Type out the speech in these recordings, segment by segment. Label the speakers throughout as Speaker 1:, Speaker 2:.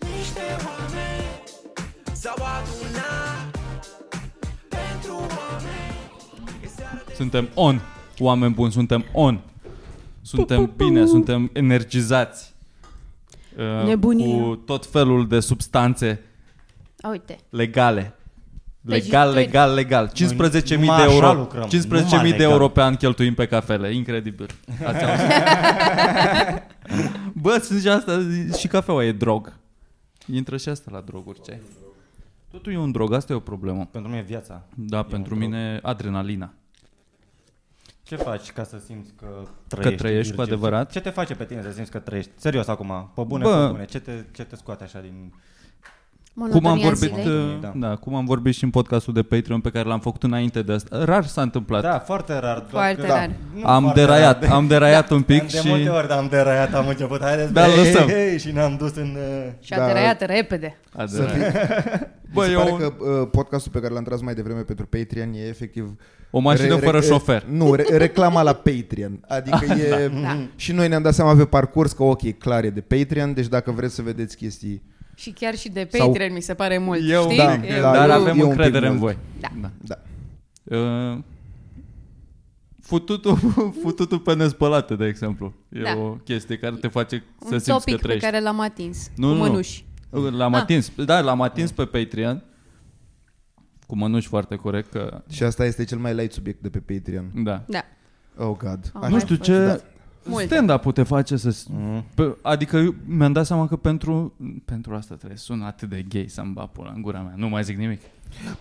Speaker 1: niște oameni S-au adunat pentru oameni E seară de
Speaker 2: Suntem on, oameni buni, suntem on. Suntem bine, suntem energizați. Uh,
Speaker 3: Nebunie.
Speaker 2: Cu tot felul de substanțe
Speaker 3: A, uite.
Speaker 2: legale.
Speaker 3: Deci
Speaker 2: Legal,
Speaker 3: tu-
Speaker 2: legal, legal. 15.000
Speaker 4: numai
Speaker 2: de
Speaker 4: așa
Speaker 2: euro.
Speaker 4: lucrăm,
Speaker 2: 15.000 de
Speaker 4: numai
Speaker 2: euro
Speaker 4: legal.
Speaker 2: pe an cheltuim pe cafele. Incredibil. Ați auzit? Bă, sunt și asta, și cafeaua e drog. Intră și asta la droguri, ce? ai? Totul e un drog, asta e o problemă.
Speaker 4: Pentru mine e viața.
Speaker 2: Da, pentru
Speaker 4: un drog.
Speaker 2: mine adrenalina.
Speaker 4: Ce faci ca să simți că trăiești?
Speaker 2: trăiești cu
Speaker 4: Virgil?
Speaker 2: adevărat?
Speaker 4: Ce te face pe tine să simți că trăiești? Serios acum, pe bune,
Speaker 2: Bă.
Speaker 4: pe bune. Ce te, ce te scoate așa din...
Speaker 2: Cum am
Speaker 3: Monotonia
Speaker 2: vorbit,
Speaker 3: zilei.
Speaker 2: uh, da.
Speaker 4: Da.
Speaker 2: Da, cum am vorbit și în podcastul de Patreon pe care l-am făcut înainte de asta. Rar s-a întâmplat.
Speaker 4: Da, foarte rar. doar
Speaker 3: Foarte
Speaker 4: că-
Speaker 3: rar.
Speaker 4: Nu
Speaker 2: am
Speaker 4: foarte
Speaker 2: deraiat,
Speaker 4: rar, de-
Speaker 2: am deraiat un pic
Speaker 4: Am
Speaker 2: și
Speaker 4: De multe ori am deraiat, am început, haideți,
Speaker 2: Da,
Speaker 4: băi,
Speaker 2: lăsăm.
Speaker 4: hei, hei, și ne-am dus în... uh,
Speaker 3: Și a
Speaker 5: Da.
Speaker 3: deraiat repede.
Speaker 2: A,
Speaker 5: Să
Speaker 2: deraiat.
Speaker 5: fii-
Speaker 2: Bă,
Speaker 5: Mi se
Speaker 2: e
Speaker 5: pare
Speaker 2: o-
Speaker 5: că uh, podcastul pe care l-am tras mai devreme pentru Patreon e efectiv...
Speaker 2: O mașină fără șofer. Da.
Speaker 5: Nu, re- reclama la Patreon. Adică e... Și noi ne-am dat seama pe parcurs că ok, clar e de Patreon, deci dacă vreți să vedeți chestii...
Speaker 3: Și chiar și de
Speaker 5: Sau-
Speaker 3: Patreon mi se pare mult,
Speaker 2: Eu,
Speaker 3: știi?
Speaker 2: da,
Speaker 3: E-
Speaker 5: da,
Speaker 2: dar
Speaker 5: eu-
Speaker 2: avem
Speaker 5: eu un pic
Speaker 2: încredere în voi.
Speaker 5: mult.
Speaker 3: Da.
Speaker 5: Da.
Speaker 2: Uh, fututul, fututul pe nespălate, de exemplu. E
Speaker 3: Da.
Speaker 2: o chestie care te face să
Speaker 3: un
Speaker 2: simți că
Speaker 3: topic pe
Speaker 2: trăiești.
Speaker 3: care l-am atins
Speaker 2: Nu,
Speaker 3: cu
Speaker 2: nu, nu.
Speaker 3: mănuși.
Speaker 2: L-am
Speaker 3: Ah.
Speaker 2: atins, da, l-am atins pe Patreon. Cu mănuși foarte corect că...
Speaker 5: Și asta este cel mai light subiect de pe Patreon.
Speaker 2: Da.
Speaker 3: Da,
Speaker 5: Oh, God.
Speaker 3: Am
Speaker 5: Așa. Da.
Speaker 2: Nu știu ce
Speaker 3: Multe.
Speaker 2: stand-up te face să...
Speaker 4: Mhm.
Speaker 5: Mm-hmm.
Speaker 2: Pe, adică eu mi-am dat seama că pentru, pentru asta trebuie să sun atât de gay să-mi bag pula în gura mea. Nu mai zic nimic.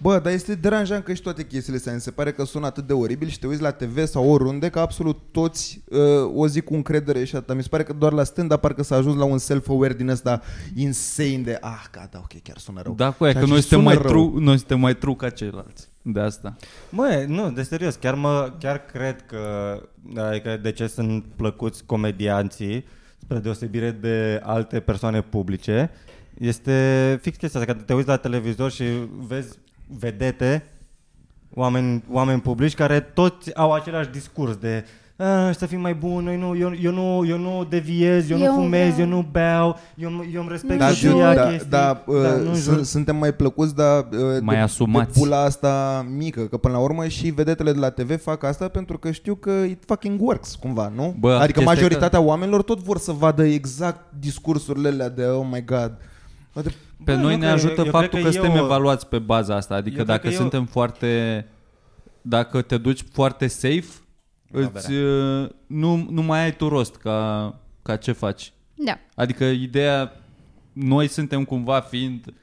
Speaker 5: Bă, dar este deranjant că și toate chestiile astea mi se pare că sună atât de oribil și te uiți la TV sau oriunde că absolut toți uh, o zic cu încredere și atâta. Mi se pare că doar la stand-up parcă s-a ajuns la un self-aware din ăsta insane de ah, gata, ok, chiar sună rău.
Speaker 2: Da, cu aia,
Speaker 5: Și
Speaker 2: că noi
Speaker 5: atunci
Speaker 2: suntem, mai
Speaker 5: sună rău.
Speaker 2: true, noi suntem mai true ca ceilalți. De asta.
Speaker 4: Măi, nu, de serios, chiar, mă, chiar cred că, adică de ce sunt plăcuți comedianții, spre deosebire de alte persoane publice, este fix chestia asta, că te uiți la televizor și vezi vedete, oameni, oameni publici care toți au același discurs de "Ah, să fim mai bun, noi nu, eu, eu, nu, eu nu deviez, eu, eu
Speaker 3: Eu
Speaker 4: nu fumez,
Speaker 3: vreau."
Speaker 4: eu nu beau, eu, eu îmi respect
Speaker 5: da,
Speaker 4: și
Speaker 5: jur,
Speaker 4: da,
Speaker 5: da,
Speaker 4: chestii,
Speaker 5: da, uh,
Speaker 4: dar nu
Speaker 5: sun-
Speaker 4: jur.
Speaker 5: suntem mai plăcuți, dar uh,
Speaker 2: Mai
Speaker 5: de,
Speaker 2: asumați.
Speaker 5: de pula asta mică, că până la urmă și vedetele de la TV fac asta pentru că știu că it fucking works cumva, nu?
Speaker 2: Bă,
Speaker 5: adică
Speaker 2: chestia
Speaker 5: majoritatea oamenilor tot vor să vadă exact discursurile alea de oh my god. Bă, de-
Speaker 2: Pe
Speaker 4: Bă,
Speaker 2: noi
Speaker 4: nu
Speaker 2: ne
Speaker 4: cred,
Speaker 2: ajută
Speaker 4: eu- eu
Speaker 2: faptul
Speaker 4: cred
Speaker 2: că,
Speaker 4: că
Speaker 2: suntem
Speaker 4: eu-
Speaker 2: evaluați pe baza asta. Adică
Speaker 4: eu cred
Speaker 2: dacă
Speaker 4: că eu-
Speaker 2: suntem foarte... Dacă te duci foarte safe, îți, uh, nu, nu mai ai tu rost ca, ca ce faci.
Speaker 3: da.
Speaker 2: Adică ideea, noi suntem cumva fiind,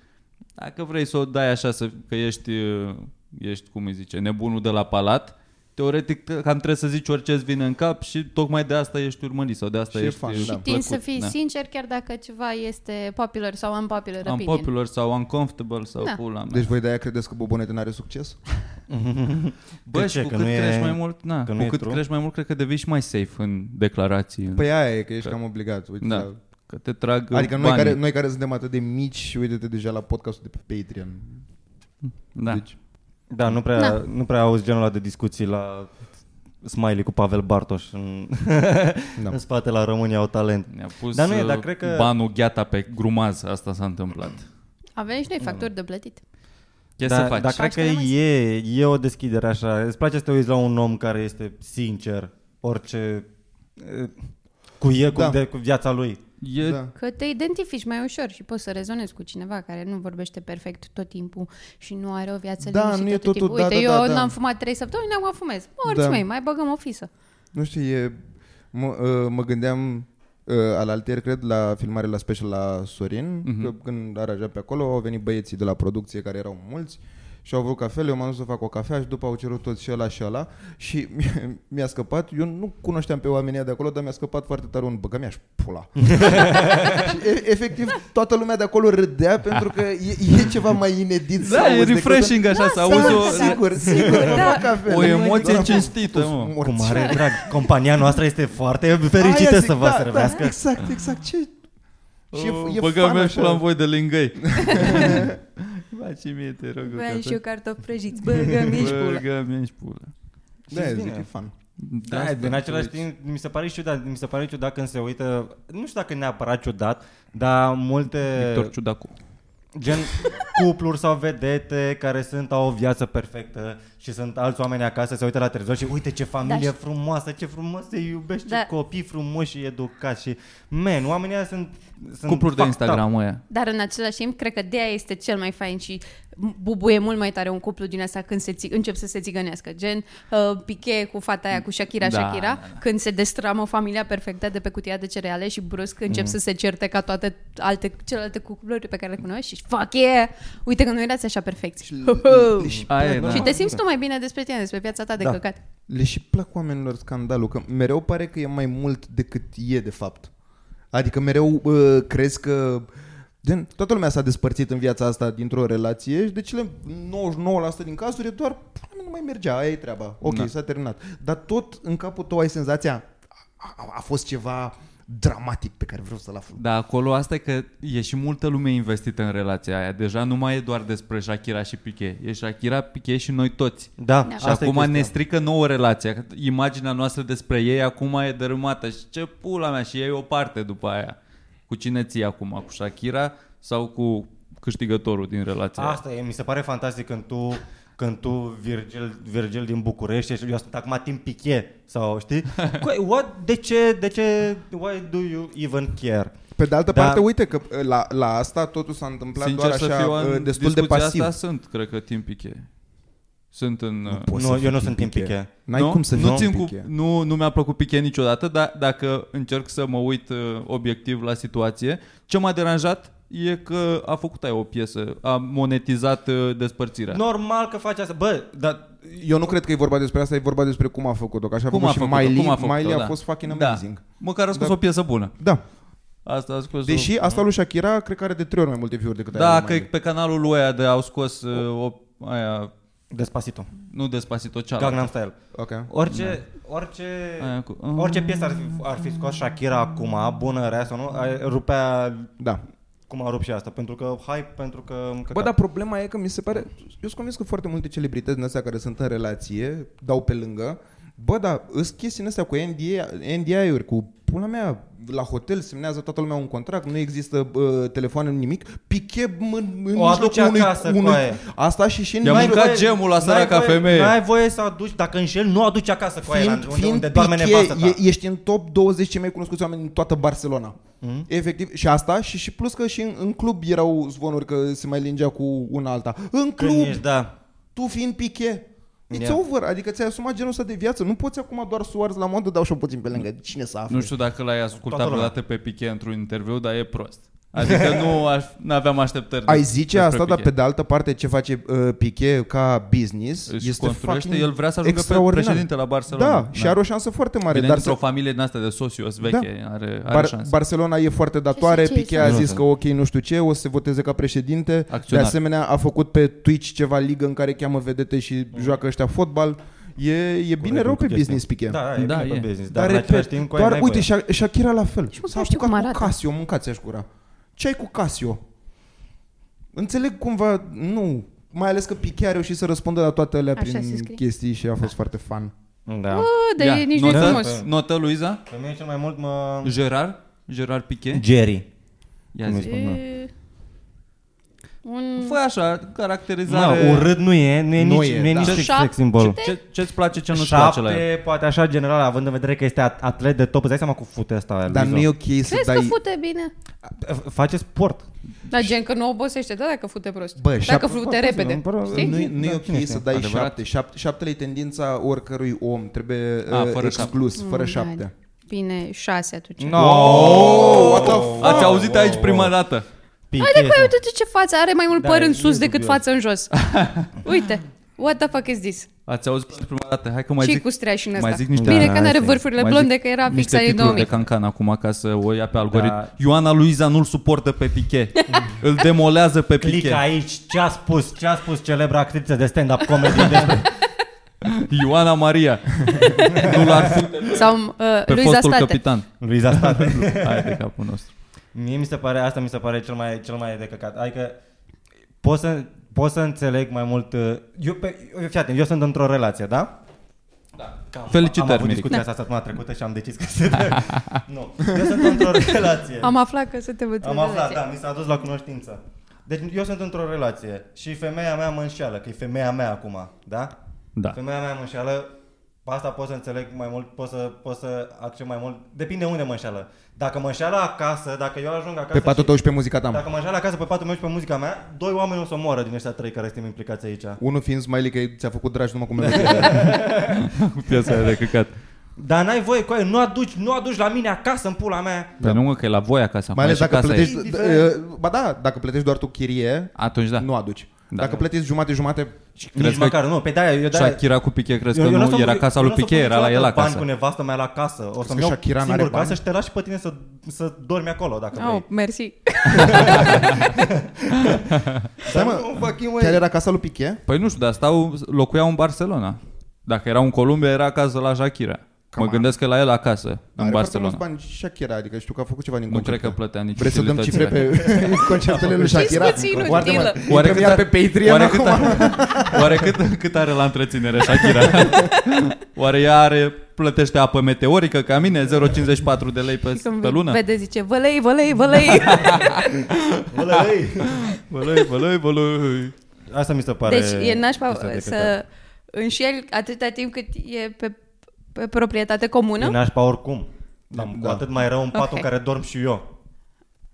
Speaker 2: dacă vrei să o dai așa, să, că ești, uh, ești, cum îi zice, nebunul de la palat, teoretic te- cam trebuie să zici orice îți vine în cap și tocmai de asta ești urmărit sau de asta
Speaker 5: Și e
Speaker 2: ești
Speaker 5: fan,
Speaker 2: uh,
Speaker 5: da. Și
Speaker 2: plăcut.
Speaker 3: Tin să fii
Speaker 2: da.
Speaker 3: sincer chiar dacă ceva este popular sau unpopular opinion.
Speaker 2: Unpopular sau uncomfortable sau
Speaker 3: Da.
Speaker 2: pula mea.
Speaker 5: Deci voi de-aia credeți că Bobonete n-are succes?
Speaker 2: Bă,
Speaker 4: De
Speaker 2: și
Speaker 4: ce?
Speaker 2: cu
Speaker 4: Că
Speaker 2: cât
Speaker 4: nu e-
Speaker 2: crești mai mult, na,
Speaker 4: că
Speaker 2: cu
Speaker 4: nu e
Speaker 2: cât
Speaker 4: true?
Speaker 2: crești mai mult, cred că devii și mai safe în declarații. în-
Speaker 5: Păi aia e, că ești cam obligat. Uite,
Speaker 2: da.
Speaker 5: la-
Speaker 2: Că te trag
Speaker 5: Adică noi
Speaker 2: banii.
Speaker 5: care, noi care suntem atât de mici și uite-te deja la podcastul de pe Patreon.
Speaker 2: da.
Speaker 5: Deci,
Speaker 4: Da, nu prea,
Speaker 3: Na.
Speaker 4: nu prea auzi genul ăla de discuții la Smiley cu Pavel Bartoș în,
Speaker 5: Da.
Speaker 4: în spate la România au talent.
Speaker 2: Ne-a pus
Speaker 4: Dar nu e,
Speaker 2: uh,
Speaker 4: dar cred că-
Speaker 2: banul gheata pe grumaz, asta s-a întâmplat.
Speaker 3: Avem și noi
Speaker 2: Da.
Speaker 3: facturi de plătit.
Speaker 2: Ce
Speaker 4: dar,
Speaker 2: să faci?
Speaker 4: Dar cred că
Speaker 3: Faci de
Speaker 4: e, e o deschidere așa. Îți place să te uiți la un om care este sincer, orice eh, cu e, cu,
Speaker 5: Da.
Speaker 4: de, cu viața lui.
Speaker 2: E,
Speaker 5: da.
Speaker 3: Că te identifici mai ușor și poți să rezonezi cu cineva care nu vorbește perfect tot timpul și nu are o viață
Speaker 5: Da,
Speaker 3: liniștită
Speaker 5: nu e
Speaker 3: tot
Speaker 5: totul-
Speaker 3: timpul.
Speaker 5: da,
Speaker 3: Uite,
Speaker 5: da,
Speaker 3: eu
Speaker 5: da, da.
Speaker 3: n-am fumat 3 săptămâni, n-am mai fumez. Morți
Speaker 5: Da.
Speaker 3: mei, mai băgăm o fisă.
Speaker 5: Nu știu, e, mă, uh, mă gândeam uh, alaltier, cred, la filmare la special la Sorin,
Speaker 2: Mhm.
Speaker 5: mm-hmm. că când aranja pe acolo, au venit băieții de la producție care erau mulți și au vrut cafele, eu m-am dus să fac o cafea și după au cerut tot și ăla și ăla și mi- mi-a scăpat, eu nu cunoșteam pe oamenii ăia de acolo, dar mi-a scăpat foarte tare un băgă mi-aș pula. și e, efectiv toată lumea de acolo râdea pentru că e, e ceva mai inedit. să
Speaker 2: da, e
Speaker 5: auzi decât-
Speaker 2: refreshing așa, să
Speaker 5: Da,
Speaker 2: auzi o...
Speaker 5: sigur, sigur, da. fac cafele.
Speaker 2: o emoție
Speaker 5: Doar-
Speaker 2: cinstită, mă.
Speaker 4: Cu mare drag. Compania noastră este foarte fericită
Speaker 5: Aia
Speaker 4: să vă
Speaker 5: da,
Speaker 4: servească.
Speaker 5: Da, exact, exact. Ce... Și e,
Speaker 2: O,
Speaker 5: e
Speaker 2: Băga
Speaker 5: fan
Speaker 2: mea și
Speaker 5: așa.
Speaker 2: la voi de lângăi. Faci mie, te rog. o
Speaker 3: Vreau
Speaker 2: cafea.
Speaker 3: și eu cartofi prăjiți, băgăm ești pula.
Speaker 2: Băga mea și pula.
Speaker 5: Da,
Speaker 4: Și-ți
Speaker 5: zic,
Speaker 4: vine.
Speaker 5: e fan.
Speaker 4: Da, da în același timp, mi se pare ciudat, mi se pare ciudat când se uită, nu știu dacă neapărat ciudat, dar multe
Speaker 2: Victor Ciudacu.
Speaker 4: gen cupluri sau vedete care sunt au o viață perfectă și sunt alți oameni acasă, se uită la televizor și uite ce familie
Speaker 6: Da,
Speaker 4: da,
Speaker 6: și-
Speaker 4: frumoasă, ce frumos se iubește,
Speaker 6: Da.
Speaker 4: da. copii frumoși și educați și, man, oamenii ăia sunt,
Speaker 2: Cupluri
Speaker 4: sunt
Speaker 2: de
Speaker 4: fucked up.
Speaker 2: Instagram ăia.
Speaker 3: Dar în același timp, cred că de aia este cel mai fain și bubuie mult mai tare un cuplu din asta când se ți- încep să se țigănească. Gen uh, Piqué cu fata aia, cu Shakira,
Speaker 2: Da,
Speaker 3: da, Shakira,
Speaker 2: da,
Speaker 3: da, da. când se destramă familia perfectă de pe cutia de cereale și brusc încep mm. să se certe ca toate alte, celelalte cupluri pe care le cunoști și fuck yeah! Uite că nu erați așa perfecți. Și,
Speaker 5: și,
Speaker 2: Aia e,
Speaker 5: plac-
Speaker 2: da.
Speaker 3: și te simți tu mai bine despre tine, despre viața ta de da.
Speaker 5: Da.
Speaker 3: căcat.
Speaker 5: Le și plac oamenilor scandalul, că mereu pare că e mai mult decât e de fapt. Adică mereu uh, crezi că gen, toată lumea s-a despărțit în viața asta dintr-o relație și de cele 99% din cazuri e doar "Pula mea, nu mai mergea, aia e treaba, ok,
Speaker 2: Da.
Speaker 5: s-a terminat. Dar tot în capul tău ai senzația a, a, a fost ceva dramatic pe care vreau să-l aflu.
Speaker 2: Da, acolo asta e că e și multă lume investită în relația aia. Deja nu mai e doar despre Shakira și Piqué. E Shakira, Piqué și noi toți.
Speaker 4: Da,
Speaker 3: Da.
Speaker 2: Și
Speaker 4: asta e
Speaker 2: acum
Speaker 4: chestia.
Speaker 2: ne strică nouă relația. că Imaginea noastră despre ei acum e dărâmată. Și ce pula mea, și ei o parte după aia. Cu cine ții acum? Cu Shakira sau cu câștigătorul din relația aia?
Speaker 4: Asta e, mi se pare fantastic când tu, când tu Virgil, Virgil din București ești, eu sunt acum Tim Piche sau știi? Cu- What? De ce, de ce, why do you even care?
Speaker 5: Pe de altă
Speaker 4: Da.
Speaker 5: da. parte, uite că uh, la, la asta totul s-a întâmplat
Speaker 2: Sincer
Speaker 5: doar
Speaker 2: să
Speaker 5: așa
Speaker 2: fiu,
Speaker 5: uh,
Speaker 2: în
Speaker 5: destul de
Speaker 2: discuția
Speaker 5: pasiv.
Speaker 2: asta sunt, cred că, Tim Piqué. Sunt în... uh,
Speaker 5: Poți
Speaker 4: Nu,
Speaker 5: să
Speaker 4: eu
Speaker 5: fii
Speaker 4: nu sunt Tim Piqué.
Speaker 5: N-ai cum să fii
Speaker 2: nu, țin
Speaker 5: Tim
Speaker 2: cu,
Speaker 5: Piqué.
Speaker 2: nu, nu mi-a plăcut Piqué niciodată, dar dacă încerc să mă uit uh, obiectiv la situație, ce m-a deranjat e că a făcut aia o piesă, a monetizat uh, despărțirea.
Speaker 4: Normal că faci asta. Bă, dar
Speaker 5: Eu nu cred că e vorba despre asta, e vorba despre cum a făcut-o. Că așa
Speaker 2: Cum
Speaker 5: a
Speaker 2: a
Speaker 5: făcut
Speaker 2: făcut
Speaker 5: și Miley,
Speaker 2: cum a făcut
Speaker 5: Miley a
Speaker 2: da.
Speaker 5: fost fucking
Speaker 2: Da.
Speaker 5: amazing.
Speaker 2: Măcar a scos
Speaker 5: Da.
Speaker 2: o piesă bună.
Speaker 5: Da. da.
Speaker 2: Asta a scos
Speaker 5: Deși
Speaker 2: o...
Speaker 5: asta lui Shakira cred că are de trei ori mai multe view-uri decât aia
Speaker 2: Da,
Speaker 5: lui
Speaker 2: că
Speaker 5: Miley.
Speaker 2: pe canalul lui aia de au scos uh, o, aia,
Speaker 4: Despacito.
Speaker 2: nu Despacito cealaltă.
Speaker 4: Gangnam Style.
Speaker 5: Ok.
Speaker 4: Orice, orice,
Speaker 2: Aia cu- uh,
Speaker 4: orice piesă ar fi, ar fi scos Shakira acum, bună, rea sau nu, ai- rupea
Speaker 5: Da.
Speaker 4: cum a rupt și asta, pentru că hype, pentru că... da.
Speaker 5: Bă, dar problema e că mi se pare... Eu sunt convins că foarte multe celebrități din astea care sunt în relație dau pe lângă. Bă, dar îs chestii în astea cu NDA, NDI-uri, cu pula mea, la hotel semnează toată lumea un contract, nu există bă, telefoane, nimic. Piche m- în, în
Speaker 4: O aduce
Speaker 5: mijlocul unui,
Speaker 4: acasă,
Speaker 5: unui,
Speaker 4: coaie.
Speaker 5: Asta și și în
Speaker 2: I-a
Speaker 5: mijlocul-
Speaker 2: mâncat gemul la săraca femeie.
Speaker 4: N-ai voie să aduci, dacă înșel, nu aduci acasă cu aia, la- unde, unde doarme
Speaker 5: Piqué,
Speaker 4: nevastă ta.
Speaker 5: e, ești în top 20 cei mai cunoscuți oameni din toată Barcelona.
Speaker 4: Mm-hmm.
Speaker 5: Mm? Efectiv, și asta, și, și plus că și în, în club erau zvonuri că se mai lingea cu una alta.
Speaker 4: Când
Speaker 5: În club,
Speaker 4: ești, da.
Speaker 5: tu fiind Piqué, it's
Speaker 4: Yeah.
Speaker 5: yeah. over, adică ți-ai asumat genul ăsta de viață. Nu poți acum doar Suarez la modă, dau și puțin pe lângă. Cine să afle?
Speaker 2: Nu știu dacă l-ai ascultat
Speaker 4: Toată lumea.
Speaker 2: vreodată pe Piqué într-un interviu, dar e prost. Adică nu aș, aveam așteptări. de-
Speaker 5: Ai zice
Speaker 2: despre
Speaker 5: asta, dar
Speaker 2: Piqué.
Speaker 5: pe de altă parte ce face uh, Piqué ca business
Speaker 2: Își
Speaker 5: este
Speaker 2: construiește,
Speaker 5: fucking
Speaker 2: el vrea să ajungă pe
Speaker 5: extraordinar.
Speaker 2: președinte la Barcelona.
Speaker 5: Da, și
Speaker 2: Da.
Speaker 5: are o șansă foarte mare.
Speaker 2: Vine
Speaker 5: dar
Speaker 2: dintr-o
Speaker 5: să-
Speaker 2: familie din asta de socios veche, da. are, are Bar-
Speaker 5: Bar-
Speaker 2: șanse.
Speaker 5: Barcelona e foarte datoare,
Speaker 3: Ce- ce
Speaker 5: Piqué a zis că ok, nu știu ce, o să se voteze ca președinte.
Speaker 2: Acționar.
Speaker 5: De asemenea, a făcut pe Twitch ceva ligă în care cheamă vedete și
Speaker 2: Mm.
Speaker 5: joacă ăștia fotbal. E, e bine rău pe business Piqué.
Speaker 4: Da, e
Speaker 2: Da,
Speaker 4: bine
Speaker 2: e.
Speaker 4: pe business, dar,
Speaker 5: Dar,
Speaker 4: în același
Speaker 5: repet,
Speaker 4: timp cu aia
Speaker 5: doar
Speaker 4: n-ai
Speaker 5: uite,
Speaker 4: voie.
Speaker 5: Sha- Shakira la fel.
Speaker 3: măcar
Speaker 5: S-a
Speaker 3: știu
Speaker 5: apucat
Speaker 3: cum
Speaker 5: cu
Speaker 3: arată.
Speaker 5: Casio, mâncați aș gura. Ce ai cu Casio? Înțeleg cumva, nu, mai ales că Piqué a reușit să răspundă la toate alea
Speaker 3: Așa se
Speaker 5: prin
Speaker 3: scrie.
Speaker 5: chestii și a fost foarte fan.
Speaker 4: Da.
Speaker 3: Bă, dar e nici nu e
Speaker 2: notă,
Speaker 4: frumos.
Speaker 2: notă, notă, Luiza?
Speaker 4: Pe mine cel mai mult mă...
Speaker 2: Gerard? Gerard Piqué?
Speaker 4: Jerry.
Speaker 2: Ia
Speaker 4: Cum
Speaker 2: zi.
Speaker 4: îi spun, da.
Speaker 3: E- Un...
Speaker 2: Mm. Fă așa,
Speaker 4: Da,
Speaker 2: caracterizare.
Speaker 4: urât nu e, nu e
Speaker 5: Nu
Speaker 4: nici,
Speaker 5: e,
Speaker 4: nu e
Speaker 5: da.
Speaker 4: nici
Speaker 3: Ce-
Speaker 4: sex-
Speaker 3: șap-
Speaker 4: sex symbol.
Speaker 2: Ce, ce-ți place, ce nu-ți place la el?
Speaker 4: Șapte, poate așa general, având în vedere că este at- atlet de top, îți dai seama cu fute asta.
Speaker 5: Dar nu e ok să
Speaker 3: Crezi
Speaker 5: dai...
Speaker 3: că fute bine?
Speaker 4: Face sport.
Speaker 3: Dar gen că nu obosește, da, dacă fute prost.
Speaker 5: Bă,
Speaker 3: dacă
Speaker 5: șapte-
Speaker 3: fute repede.
Speaker 4: Îmi pare-
Speaker 3: Știi?
Speaker 5: Nu, nu
Speaker 4: Da,
Speaker 5: e
Speaker 4: cine
Speaker 5: ok
Speaker 4: știe?
Speaker 5: să dai
Speaker 2: Adevărat.
Speaker 5: șapte. șapte. Șaptele e tendința oricărui om. Trebuie
Speaker 2: A,
Speaker 5: A,
Speaker 2: fără
Speaker 5: fără exclus, fără
Speaker 3: Mm, da.
Speaker 5: șapte.
Speaker 3: Bine, șase atunci.
Speaker 2: Mm.
Speaker 4: No!
Speaker 5: Oh, what the fuck?
Speaker 2: Ați auzit aici prima dată.
Speaker 3: Haide cu uite ce față, are mai mult
Speaker 4: Da,
Speaker 3: păr în
Speaker 4: e
Speaker 3: sus decât
Speaker 4: dubios.
Speaker 3: față în jos. Uite, what the fuck is this?
Speaker 2: Ați auzit pentru prima dată. Hai că mai
Speaker 3: Ce-i
Speaker 2: zic,
Speaker 3: cu streașina
Speaker 2: mai
Speaker 3: asta?
Speaker 2: zic niște,
Speaker 4: Da,
Speaker 3: Bine
Speaker 4: da,
Speaker 3: că nu are
Speaker 4: asta e.
Speaker 3: vârfurile
Speaker 2: mai
Speaker 3: blonde,
Speaker 2: zic
Speaker 3: că era fix
Speaker 2: niște
Speaker 3: anii
Speaker 2: titluri de
Speaker 3: 2000.
Speaker 2: cancan acum ca să o ia pe algoritm. Ioana Luiza nu-l suportă pe Piqué. Îl demolează pe
Speaker 4: Clic
Speaker 2: Piqué.
Speaker 4: aici, ce a spus, ce a spus celebra actriță de stand-up comedy despre...
Speaker 2: Ioana Maria. nu l-ar fi
Speaker 3: Sau uh,
Speaker 2: pe
Speaker 3: Luiza
Speaker 2: fostul
Speaker 3: State.
Speaker 2: capitan.
Speaker 4: Luiza State.
Speaker 2: Hai de capul nostru.
Speaker 4: Mie mi se pare, asta mi se pare cel mai, cel mai de căcat. Adică pot să, pot să înțeleg mai mult... uh, Eu, pe, eu, fii atent, eu sunt într-o relație, da? Cam,
Speaker 2: Felicitări,
Speaker 4: Am avut
Speaker 2: Miric.
Speaker 4: discuția asta săptămâna trecută și am decis că se dă. nu. Eu sunt într-o relație.
Speaker 3: Am aflat că să te văd
Speaker 4: Am aflat, da, mi s-a dus la cunoștință. Deci eu sunt într-o relație și femeia mea mă înșeală, că e femeia mea acum, da?
Speaker 2: Da.
Speaker 4: Femeia mea mă înșeală, pe asta pot să înțeleg mai mult, pot să, pot să accept mai mult, depinde unde mă înșeală. Dacă mă înșeală acasă, dacă eu ajung acasă
Speaker 5: Pe patul
Speaker 4: și,
Speaker 5: tău și pe muzica ta.
Speaker 4: Dacă mă înșeală acasă pe patul meu și pe muzica mea, doi oameni o să moară din ăștia trei care suntem implicați aici.
Speaker 5: Unul fiind smiley că ți-a făcut dragi numai cu mine.
Speaker 2: Cu piața aia de căcat.
Speaker 4: Dar n-ai voie cu aia, nu aduci, nu aduci la mine acasă în pula mea.
Speaker 2: Păi nu mă, că e la voi acasă.
Speaker 5: Mai ales
Speaker 2: acum,
Speaker 5: dacă
Speaker 2: și casa e.
Speaker 5: plătești...
Speaker 4: e.
Speaker 5: d- d- Ba da, dacă plătești doar tu chirie,
Speaker 2: Atunci da.
Speaker 5: nu aduci.
Speaker 2: Da.
Speaker 5: Dacă plătești jumate-jumate,
Speaker 2: Crezi
Speaker 4: Nici
Speaker 2: că-
Speaker 4: măcar, nu, pe de-aia, eu de-aia,
Speaker 2: Shakira cu Piche, crezi că
Speaker 4: Da. Eu- eu n-o
Speaker 2: nu?
Speaker 4: să
Speaker 2: Era
Speaker 4: pun-
Speaker 2: casa
Speaker 4: eu
Speaker 2: lui
Speaker 4: n-o să
Speaker 2: Piche,
Speaker 4: pun
Speaker 2: era la el
Speaker 4: niciodată bani
Speaker 2: acasă.
Speaker 4: cu nevastă mea la casă. O să-mi
Speaker 5: că
Speaker 4: iau
Speaker 5: Shakira n-are
Speaker 4: singur
Speaker 5: bani?
Speaker 4: casă și te las și pe tine să, să dormi acolo, dacă
Speaker 3: Oh,
Speaker 4: vrei.
Speaker 3: mersi.
Speaker 5: Stai Da, mă, chiar era casa lui Piqué?
Speaker 2: Păi nu știu, dar stau, locuiau în Barcelona. Dacă erau în Columbia, era acasă la Shakira. Mă
Speaker 5: on.
Speaker 2: gândesc că la el acasă, în
Speaker 5: Are foarte
Speaker 2: Barcelona.
Speaker 5: mulți bani și Shakira, adică știu că a făcut ceva din
Speaker 2: Nu
Speaker 5: concert.
Speaker 2: cred că plătea nici
Speaker 5: Vreți să dăm cifre
Speaker 2: utilitățile.
Speaker 5: pe concertele lui Shakira?
Speaker 3: Știți puțin
Speaker 5: Oare mă,
Speaker 3: utilă.
Speaker 5: Oare cât pe Patreon
Speaker 2: oare,
Speaker 5: acum?
Speaker 2: cât are, oare cât, cât are la întreținere Shakira? oare ea are, plătește apă meteorică ca mine, 0,54 de lei pe,
Speaker 3: Și când
Speaker 2: pe lună?
Speaker 3: vede, zice, vălei, vălei, vălei.
Speaker 2: Bălăi, bălăi, bălăi.
Speaker 4: Asta mi se pare...
Speaker 3: Deci e
Speaker 4: chestia
Speaker 3: nașpa
Speaker 4: de căcat.
Speaker 3: să înșeli atâta timp cât e pe, pe proprietate comună.
Speaker 4: E nașpa oricum. Dar cu
Speaker 5: Da.
Speaker 4: atât mai rău în patul
Speaker 3: Ok.
Speaker 4: în care dorm și eu.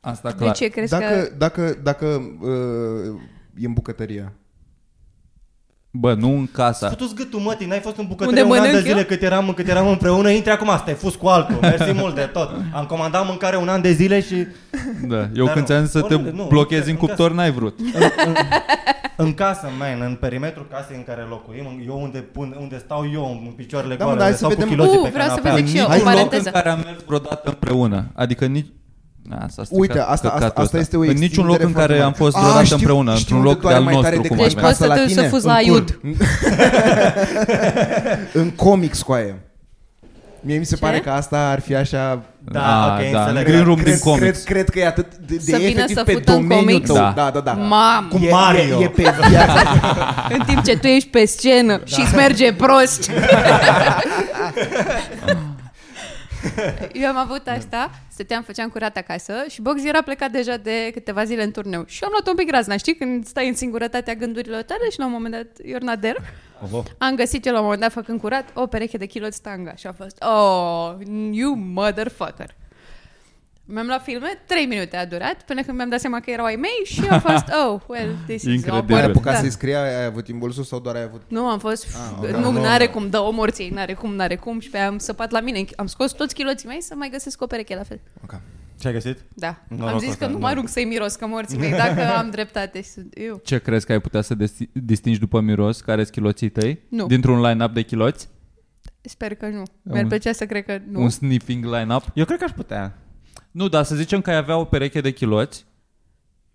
Speaker 2: Asta
Speaker 3: de
Speaker 2: clar.
Speaker 3: ce crezi
Speaker 5: Dacă,
Speaker 3: că...
Speaker 5: dacă, dacă uh, e în bucătărie.
Speaker 2: Bă, nu în
Speaker 5: Da.
Speaker 2: casa.
Speaker 4: Fătu-ți gâtul, mătii, n-ai fost în bucătărie
Speaker 3: Unde
Speaker 4: un an de
Speaker 3: mănânc
Speaker 4: zile
Speaker 3: eu?
Speaker 4: cât eram, cât eram împreună, intri acum, asta te fus cu altul, mersi mult de tot. Am comandat mâncare un an de zile și
Speaker 2: Da, eu
Speaker 4: Dar
Speaker 2: când
Speaker 4: nu.
Speaker 2: ți-am zis să te
Speaker 4: Oriunde, nu,
Speaker 2: blochezi
Speaker 4: în
Speaker 2: în cuptor, n-ai vrut.
Speaker 4: în casă, man, în perimetrul casei în care locuim, eu unde, pun, unde stau eu în picioarele
Speaker 5: Da, mă,
Speaker 4: goale, unde
Speaker 5: dar hai să
Speaker 4: stau cu
Speaker 5: vedem-
Speaker 4: chiloții
Speaker 3: Uh,
Speaker 4: pe
Speaker 3: vreau să
Speaker 4: canapea.
Speaker 3: vă zic și eu,
Speaker 2: Hai
Speaker 3: o
Speaker 2: un Da, loc în
Speaker 3: paranteză.
Speaker 2: care am mers vreodată împreună. Adică nici... Asta, asta,
Speaker 5: Uite, asta, asta, asta este o
Speaker 2: În Păi niciun loc în
Speaker 5: extindere
Speaker 2: care
Speaker 5: foarte
Speaker 2: am
Speaker 5: mare.
Speaker 2: fost
Speaker 5: A,
Speaker 2: vreodată
Speaker 5: știu-
Speaker 2: împreună,
Speaker 5: știu
Speaker 2: într-un
Speaker 5: unde
Speaker 2: loc
Speaker 5: doare
Speaker 2: de-al
Speaker 5: mai tare
Speaker 2: nostru, cum ar
Speaker 3: Deci
Speaker 5: decât
Speaker 2: mea.
Speaker 3: poți
Speaker 5: acasă
Speaker 3: să
Speaker 5: la
Speaker 3: te duci
Speaker 5: tine,
Speaker 3: să fuzi
Speaker 5: în
Speaker 3: la
Speaker 5: cult.
Speaker 3: Iud.
Speaker 5: În comics cu aia. Mie mi se
Speaker 3: Ce?
Speaker 5: pare că asta ar fi așa...
Speaker 2: Ah,
Speaker 4: Da, ok,
Speaker 2: da,
Speaker 4: înțeleg.
Speaker 2: green room din
Speaker 5: Cred, cred,
Speaker 2: comics.
Speaker 5: cred că e atât de, de
Speaker 3: Să vină
Speaker 5: efectiv
Speaker 3: să
Speaker 5: pe
Speaker 3: fută în
Speaker 5: domeniul
Speaker 3: comics?
Speaker 5: tău.
Speaker 2: Da.
Speaker 5: Da, da, da.
Speaker 3: Mamă!
Speaker 4: Cu
Speaker 5: E-
Speaker 4: Mario.
Speaker 5: E, e pe viață.
Speaker 3: În timp ce tu ești pe scenă și îți merge prost. Eu am avut asta, stăteam, făceam curat acasă și Box era plecat deja de câteva zile în turneu. Și am luat un pic razna, știi, când stai în singurătatea gândurilor tale și la un moment dat, you're not there. Am găsit eu la un moment dat, făcând curat, o pereche de kiloți tanga și a fost, oh, you motherfucker. Mi-am luat filme, 3 minute a durat, până când mi-am dat seama că erau ai mei și a fost, oh, well, this is
Speaker 2: Incredibil.
Speaker 5: Ai
Speaker 2: Da.
Speaker 5: apucat să-i scrie, ai avut impulsul sau doar ai avut...
Speaker 3: nu, am fost... Ah,
Speaker 5: ok.
Speaker 3: nu,
Speaker 4: Nu,
Speaker 3: n-are
Speaker 4: nu.
Speaker 3: cum, dă o morții, n-are cum, n-are cum. Și pe aia am săpat la mine. Am scos toți chiloții mei să mai găsesc o pereche la fel.
Speaker 5: Okay.
Speaker 4: Ce ai găsit?
Speaker 3: Da.
Speaker 4: Noroc
Speaker 3: am zis
Speaker 4: ăsta,
Speaker 3: că nu
Speaker 4: da.
Speaker 3: mă arunc să-i miros că morții mei, dacă am dreptate. Și sunt- Eu.
Speaker 5: Deci
Speaker 2: Ce crezi că ai putea să desti- distingi după miros care sunt chiloții tăi?
Speaker 3: Nu.
Speaker 2: Dintr-un line-up de chiloți?
Speaker 3: Sper că nu.
Speaker 2: Un-
Speaker 3: Mi-ar plăcea să cred că nu.
Speaker 2: Un sniffing line-up?
Speaker 4: Eu cred că aș putea.
Speaker 2: Nu, dar să zicem că ai avea o pereche de chiloți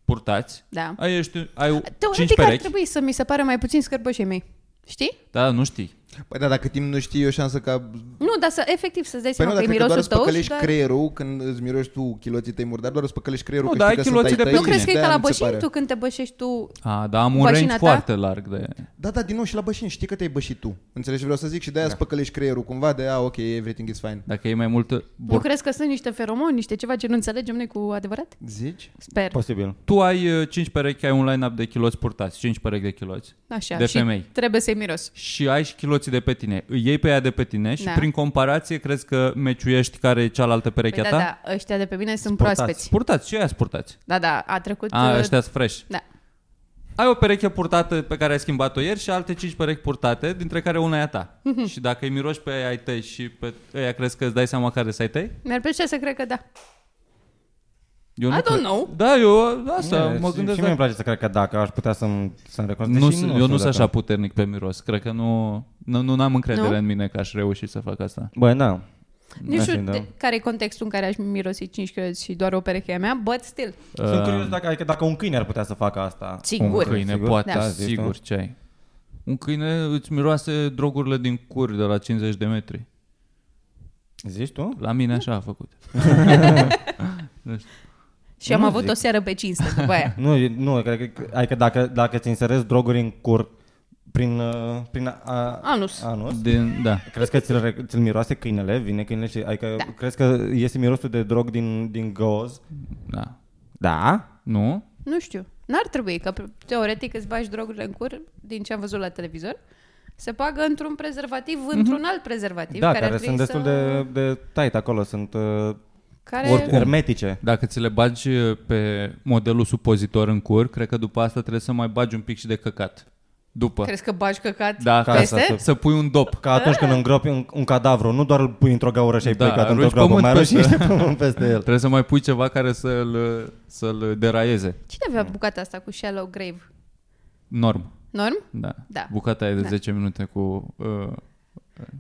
Speaker 2: purtați.
Speaker 3: Da.
Speaker 2: Ai, ești, ai 5
Speaker 3: Teoretic ar
Speaker 2: perechi,
Speaker 3: trebui să mi se pare mai puțin scârbășii mei. Știi?
Speaker 2: dar nu știi.
Speaker 5: Păi da, dacă timp nu știi, e o șansă ca...
Speaker 3: Nu, dar să, efectiv să-ți dai
Speaker 5: Păi
Speaker 3: seama
Speaker 5: nu,
Speaker 3: că
Speaker 5: dar
Speaker 3: e
Speaker 5: cred că
Speaker 3: mirosul
Speaker 5: doar îți
Speaker 3: tău și
Speaker 5: păcălești
Speaker 3: doar...
Speaker 5: creierul când îți miroși tu chiloții tăi murdari, doar îți păcălești creierul
Speaker 2: Nu,
Speaker 5: că
Speaker 2: dar
Speaker 5: știi
Speaker 2: ai
Speaker 5: că sunt ai
Speaker 2: chiloții de
Speaker 5: tăi.
Speaker 2: pe
Speaker 3: Nu crezi că e
Speaker 5: De-aia
Speaker 3: ca la
Speaker 5: mi se
Speaker 3: bășini
Speaker 5: pare.
Speaker 3: tu când te bășești tu?
Speaker 2: A, dar am un
Speaker 3: Bășina
Speaker 2: range
Speaker 3: ta?
Speaker 2: foarte larg de...
Speaker 5: Da, da, din nou și la bășini, știi că te-ai bășit tu. Înțelegi ce vreau să zic? Și de-aia da. îți păcălești creierul cumva de, a, ok, everything is fine.
Speaker 2: Dacă e mai multă...
Speaker 3: Nu crezi că sunt niște feromoni, niște ceva ce nu înțelegem noi cu adevărat?
Speaker 5: Zici?
Speaker 3: Sper.
Speaker 4: Posibil.
Speaker 2: Tu ai 5 perechi, ai un line-up de chiloți purtați, 5 perechi de chiloți.
Speaker 3: Așa.
Speaker 2: De
Speaker 3: și
Speaker 2: femei.
Speaker 3: Trebuie să-i miros.
Speaker 2: Și ai și chiloții de pe tine. Îi iei pe ea de pe tine și da.
Speaker 3: Da.
Speaker 2: prin comparație crezi că meciuiești care e cealaltă pereche
Speaker 3: Păi
Speaker 2: a
Speaker 3: da,
Speaker 2: ta?
Speaker 3: da, ăștia de pe mine sunt
Speaker 4: Sportați.
Speaker 3: proaspeți.
Speaker 2: Purtați, și aia purtați.
Speaker 3: Da, da, a trecut...
Speaker 2: A,
Speaker 3: uh,
Speaker 2: ăștia sunt fresh.
Speaker 3: Da.
Speaker 2: Ai o pereche purtată pe care ai schimbat-o ieri și alte 5 perechi purtate, dintre care una e a ta.
Speaker 3: Mhm.
Speaker 2: și dacă îi miroși pe aia ai tăi și pe aia crezi că îți dai seama care să ai tăi?
Speaker 3: Mi-ar plăcea să cred că da.
Speaker 2: Eu
Speaker 3: I don't
Speaker 2: cred.
Speaker 3: know.
Speaker 2: Da, eu asta,
Speaker 4: Bine,
Speaker 2: mă
Speaker 4: și-
Speaker 2: gândesc.
Speaker 4: Și
Speaker 2: dacă-
Speaker 4: mie îmi place să cred că dacă aș putea să-mi, să-mi recunosc.
Speaker 2: Nu,
Speaker 4: deși
Speaker 2: sunt- eu nu sunt
Speaker 4: dacă-
Speaker 2: așa puternic pe miros. Cred că nu, nu, nu am încredere
Speaker 3: Nu?
Speaker 2: în mine că aș reuși să fac asta.
Speaker 4: Băi, da.
Speaker 3: Nu
Speaker 4: Da,
Speaker 3: știu
Speaker 4: da.
Speaker 3: de- care e contextul în care aș mirosi 5 kilograme și doar o pereche a mea, but still,
Speaker 4: Sunt curios dacă, adică dacă un câine ar putea să facă asta.
Speaker 2: Un
Speaker 3: sigur.
Speaker 2: câine
Speaker 4: Sigur?
Speaker 2: poate,
Speaker 3: Da.
Speaker 4: Zici tu?
Speaker 2: sigur ce ai. Un câine îți miroase drogurile din curi de la 50 de metri.
Speaker 4: Zici tu?
Speaker 2: La mine așa a făcut.
Speaker 3: Și am
Speaker 4: Nu
Speaker 3: avut
Speaker 4: zic.
Speaker 3: o seară pe cinste după aia.
Speaker 4: Nu, e- nu cred că, adică dacă, dacă ți inserezi droguri în cur, Prin, uh, prin a, a,
Speaker 3: Anus.
Speaker 4: anus.
Speaker 2: Din, da.
Speaker 4: Crezi că ți-l, re- ți-l miroase câinele? Vine câinele și... Adică da.
Speaker 3: Da.
Speaker 4: crezi că iese mirosul de drog din, din găoz?
Speaker 2: da.
Speaker 4: Da.
Speaker 2: Nu?
Speaker 3: Nu știu. N-ar trebui, că teoretic îți bagi drogurile în cur, din ce am văzut la televizor, se pagă într-un prezervativ, într-un alt prezervativ.
Speaker 4: Mhm. Da,
Speaker 3: care
Speaker 4: care,
Speaker 3: ar
Speaker 4: sunt
Speaker 3: trebui
Speaker 4: destul
Speaker 3: să...
Speaker 4: de, de tight acolo. Sunt uh,
Speaker 3: Care...
Speaker 2: Oricum.
Speaker 4: hermetice.
Speaker 2: Dacă ți le bagi uh, pe modelul supozitor în cur, cred că după asta trebuie să mai bagi un pic și de căcat. După.
Speaker 3: Crezi că bagi căcat
Speaker 2: da,
Speaker 4: Ca
Speaker 3: peste?
Speaker 4: să-
Speaker 2: să pui un dop.
Speaker 4: Ca atunci
Speaker 3: Ah.
Speaker 4: când îngropi un, un cadavru, nu doar îl pui într-o gaură și ai
Speaker 2: Da,
Speaker 4: da, plecat într-o
Speaker 2: arunci
Speaker 4: groapă,
Speaker 2: pământ
Speaker 4: mai arunci
Speaker 2: peste.
Speaker 4: niște pământ peste el.
Speaker 2: Trebuie să mai pui ceva care să-l, să-l deraieze.
Speaker 3: Cine avea
Speaker 4: Da.
Speaker 3: bucata asta cu Shallow Grave?
Speaker 2: Norm.
Speaker 3: Norm?
Speaker 2: Da.
Speaker 3: Da.
Speaker 2: Bucata e de
Speaker 3: Da.
Speaker 2: 10 minute cu uh,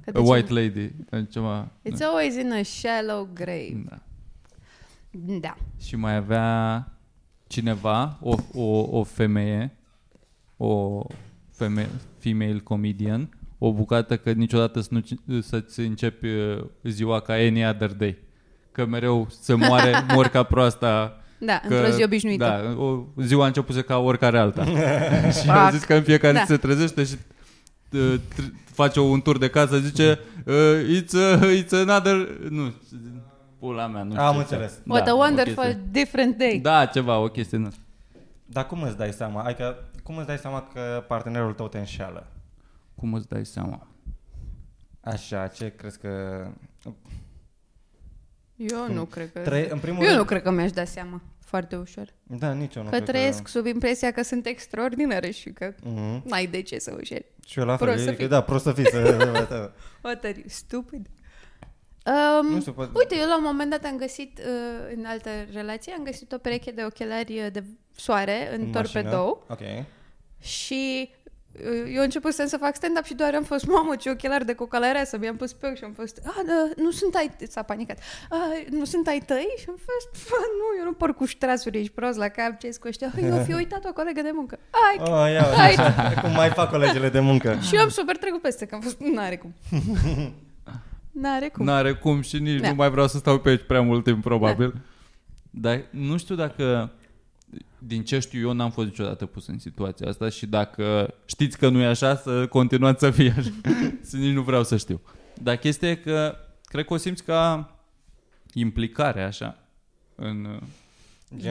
Speaker 3: Că
Speaker 2: a
Speaker 3: de ce
Speaker 2: White Lady. uh, Ceva.
Speaker 3: It's always in a shallow grave.
Speaker 2: Da.
Speaker 4: Mm.
Speaker 3: Da.
Speaker 2: Și mai avea cineva, o, o, o femeie, o feme, female comedian, o bucată că niciodată să nu, să-ți începi uh, ziua ca any other day. Că mereu se moare, mor ca proasta.
Speaker 3: Da,
Speaker 2: Că,
Speaker 3: într-o zi obișnuită.
Speaker 2: Da, o ziua a început să ca oricare alta. și a
Speaker 3: Fac.
Speaker 2: zis că în fiecare
Speaker 3: Da.
Speaker 2: da. se trezește și uh, tr- face un tur de casă, zice uh, it's, a, it's another... Nu, pula mea, nu știu.
Speaker 4: Am
Speaker 2: ce.
Speaker 4: înțeles. Da.
Speaker 3: What
Speaker 2: da, o
Speaker 3: a wonderful
Speaker 2: chestie.
Speaker 3: different day.
Speaker 2: Da, ceva, o chestie din asta.
Speaker 4: Dar cum îți dai seama? Adică, cum îți dai seama că partenerul tău te înșeală?
Speaker 2: Cum îți dai seama?
Speaker 4: Așa, ce crezi că...
Speaker 3: Eu nu cred că...
Speaker 4: Tre- în primul
Speaker 3: Eu
Speaker 4: rând-
Speaker 3: nu cred că mi-aș da seama foarte ușor.
Speaker 4: Da, nici eu nu
Speaker 3: Că
Speaker 4: cred
Speaker 3: trăiesc sub impresia că sunt extraordinară și că
Speaker 4: Mhm.
Speaker 3: n-ai de ce să ușeri.
Speaker 4: Și eu la fel,
Speaker 3: Prost să
Speaker 4: adică,
Speaker 3: fii.
Speaker 4: da, prost să fii să...
Speaker 3: What are you, stupid? Um,
Speaker 4: Nu știu, poate-
Speaker 3: Uite, eu la un moment dat am găsit, uh, în altă relație, am găsit o pereche de ochelari uh, de soare în, în torpedou
Speaker 4: Ok.
Speaker 3: și uh, eu începusem să fac stand-up și doar am fost, mamă, ce ochelari de cocalarea să mi-am pus pe ochi și am fost, a, da, nu sunt ai, s-a panicat, a, nu sunt ai tăi? Și am fost, "Pă, nu, eu nu porc cu ștrasuri, ești prost la cap, ce cu ăștia? Eu fi uitat o colegă de muncă. Ai,
Speaker 4: Oh, ia,
Speaker 3: Hai.
Speaker 4: uite, cum mai fac colegele de muncă.
Speaker 3: și eu am super trecut peste, că am fost, n-are cum. n-are cum.
Speaker 2: N-are cum și nici
Speaker 3: Da. Da.
Speaker 2: nu mai vreau să stau pe aici prea mult timp, probabil. Dar nu știu dacă, din ce știu eu, n-am fost niciodată pus în situația asta și dacă știți că nu e așa, să continuați să fie așa. Să nici nu vreau să știu. Dar chestia e că cred că o simți ca implicare, așa, în...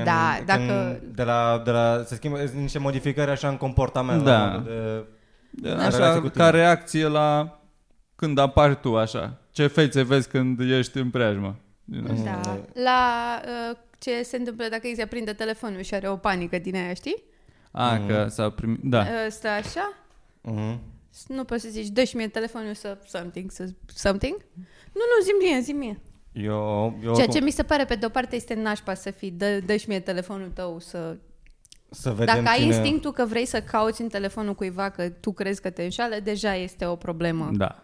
Speaker 3: Da,
Speaker 4: când
Speaker 3: dacă-
Speaker 4: De la, de la, se schimbă sunt niște modificări așa în comportament.
Speaker 2: Da.
Speaker 4: La modul de,
Speaker 2: Așa,
Speaker 4: relație cu tine.
Speaker 2: ca reacție la când apari tu, așa. Ce fețe vezi când ești în preajmă. Din asta.
Speaker 3: Da. La uh, ce se întâmplă dacă îi se prinde telefonul și are o panică din aia, știi?
Speaker 2: A,
Speaker 4: Mm.
Speaker 2: că s-a primit... Da.
Speaker 3: Ăsta așa.
Speaker 4: Mhm.
Speaker 3: Nu poți să zici, dă și mie telefonul să something, să something. Nu, nu, zi mie, zi mie.
Speaker 4: Mm. Eu, eu
Speaker 3: Ceea
Speaker 4: oricum-
Speaker 3: ce mi se pare pe de-o parte este nașpa să fii, dă, dă și mie telefonul tău să...
Speaker 4: Să vedem
Speaker 3: Dacă ai
Speaker 4: cine...
Speaker 3: instinctul că vrei să cauți în telefonul cuiva că tu crezi că te înșală, deja este o problemă.
Speaker 2: Da.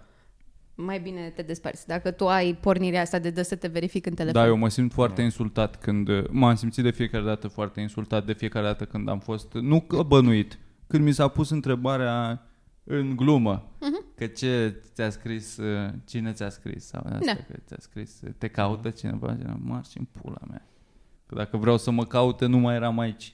Speaker 3: Mai bine te desparți. Dacă tu ai pornirea asta de dă să te verific în telefon.
Speaker 2: Da, eu mă simt foarte
Speaker 4: Mm.
Speaker 2: insultat când m-am simțit de fiecare dată foarte insultat de fiecare dată când am fost nu că bănuit, când mi s-a pus întrebarea în glumă
Speaker 3: Mhm.
Speaker 2: că ce ți-a scris, uh, cine ți-a scris sau asta
Speaker 3: Da.
Speaker 2: că ți-a scris, uh, te caută cineva, Ziceam, marci în pula mea. Că dacă vreau să mă caute, nu mai eram aici.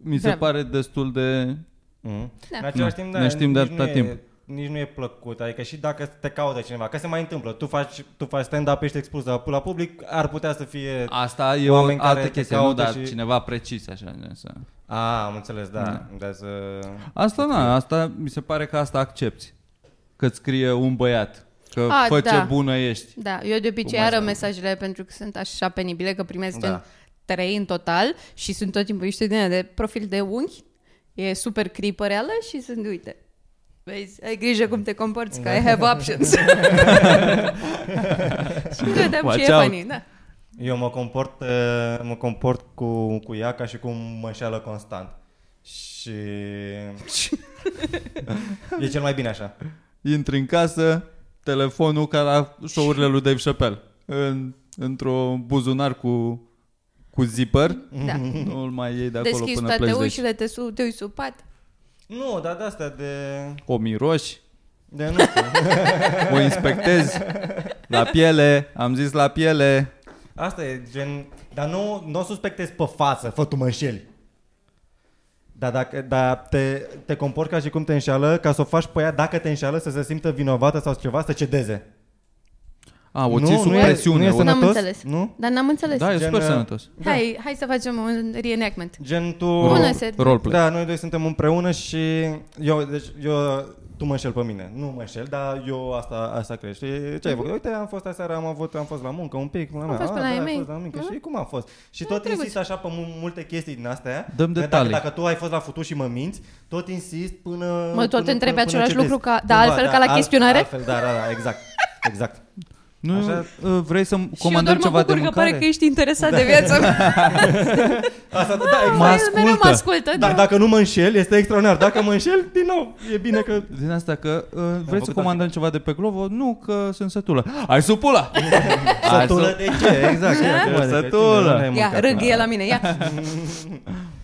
Speaker 2: Mi se
Speaker 3: Bravo.
Speaker 2: pare destul de
Speaker 4: Mm.
Speaker 3: Da.
Speaker 4: În același timp, da,
Speaker 2: Ne știm de
Speaker 4: nici nu
Speaker 2: atâta
Speaker 4: e-
Speaker 2: timp.
Speaker 4: Nici nu e plăcut, adică și dacă te caută cineva, că se mai întâmplă, tu faci, tu faci stand-up, ești expus la, la public, ar putea să fie... A,
Speaker 2: Asta e o
Speaker 4: Oameni care
Speaker 2: altă
Speaker 4: te
Speaker 2: chestie, nu,
Speaker 4: caută
Speaker 2: dar
Speaker 4: și-
Speaker 2: cineva precis așa. gen, să-
Speaker 4: am înțeles, da. da. da să...
Speaker 2: Asta na, asta mi se pare că asta accepti. Că îți scrie un băiat că
Speaker 3: A,
Speaker 2: fă
Speaker 3: da.
Speaker 2: ce bună ești.
Speaker 3: Da, eu de obicei
Speaker 4: Cum ai
Speaker 3: ară
Speaker 4: zis?
Speaker 3: mesajele pentru că sunt așa penibile că primesc
Speaker 4: Da.
Speaker 3: gen trei în total și sunt tot timpul niște din alea de profil de unghi. E super creepă reală și sunt, uite, vezi, ai grijă cum te comporți,
Speaker 4: Da.
Speaker 3: că I have options. și nu dăm ce e
Speaker 2: Watch out.
Speaker 3: funny, da.
Speaker 4: Eu mă comport, eh, mă comport cu, cu ea ca și cum mă înșeală constant. Și... e cel mai bine așa.
Speaker 2: Intri în casă, telefonul ca la show-urile lui Dave Chappelle. În, într-un buzunar cu, cu zipper,
Speaker 4: Mhm.
Speaker 3: da.
Speaker 2: nu îl mai iei de acolo
Speaker 3: Deschizi
Speaker 2: până
Speaker 3: toate
Speaker 2: pleci de
Speaker 3: ușile, te, su- te uiți sub pat.
Speaker 4: Nu, dar de astea de...
Speaker 2: o miroși,
Speaker 4: De nu știu.
Speaker 2: o inspectezi la piele, am zis la piele.
Speaker 4: Asta e gen... Dar nu, nu o suspectezi pe față, fă tu mă înșeli. Dar dacă, da, te, te comporți ca și cum te înșeală, ca să o faci pe ea, dacă te înșeală, să se simtă vinovată sau ceva, să cedeze.
Speaker 2: A, o
Speaker 4: Nu,
Speaker 2: ții sub
Speaker 4: nu e-
Speaker 2: presiune.
Speaker 4: nu e
Speaker 2: o-
Speaker 4: sănătos?
Speaker 6: N-am înțeles.
Speaker 4: Nu?
Speaker 6: Dar n-am înțeles.
Speaker 2: Da, e
Speaker 4: Gen,
Speaker 2: super
Speaker 4: uh,
Speaker 2: sănătos.
Speaker 4: Da.
Speaker 3: Hai, hai să facem un reenactment.
Speaker 4: Gen tu...
Speaker 6: Bună,
Speaker 2: Rol-
Speaker 6: Sergiu.
Speaker 2: Roleplay.
Speaker 4: Da, noi doi suntem împreună și eu, deci, eu, tu mă înșel pe mine. Nu mă înșel, dar eu asta, asta cred. Și ce ai făcut? Uite, am fost aseară, am avut, am fost la muncă un pic. Am
Speaker 3: fost pe la ei
Speaker 4: da, ai
Speaker 3: mei.
Speaker 4: fost la muncă.
Speaker 3: Mhm.
Speaker 4: Și cum a fost? Și tot
Speaker 3: trebuit.
Speaker 4: insist așa pe mu- multe chestii din astea.
Speaker 2: Dăm
Speaker 4: Că
Speaker 2: detalii.
Speaker 4: Dacă, dacă tu ai fost la futut și mă minți, tot insist până...
Speaker 6: Mă, tot
Speaker 4: până-
Speaker 6: întrebi
Speaker 4: până- până
Speaker 6: același
Speaker 4: cedezi.
Speaker 6: lucru ca- da,
Speaker 4: Cumva,
Speaker 6: altfel ca la chestionare?
Speaker 4: Altfel, da, da, da, exact. Exact.
Speaker 2: Nu,
Speaker 4: Așa-
Speaker 2: uh, vrei să
Speaker 3: și eu
Speaker 2: comandăm
Speaker 3: doar mă
Speaker 2: ceva de
Speaker 3: bucur că
Speaker 2: mâncare? Da.
Speaker 3: pare că ești interesat de viața mea.
Speaker 4: Asta, da, exact.
Speaker 3: Mă ascultă. mereu mă ascultă,
Speaker 4: Dar
Speaker 3: da.
Speaker 4: dacă nu mă înșel, este extraordinar. Dacă mă înșel, din nou, e bine că
Speaker 2: Din asta că uh, vrei să
Speaker 4: făcut
Speaker 2: comandăm ceva de pe Glovo? Nu, că sunt sătulă. Ai supula! Ai
Speaker 4: Sătulă de ce? Exact.
Speaker 2: Da? Sătulă.
Speaker 4: Sătulă.
Speaker 3: Ia,
Speaker 2: da.
Speaker 3: râgâie la mine, ia.
Speaker 2: sup-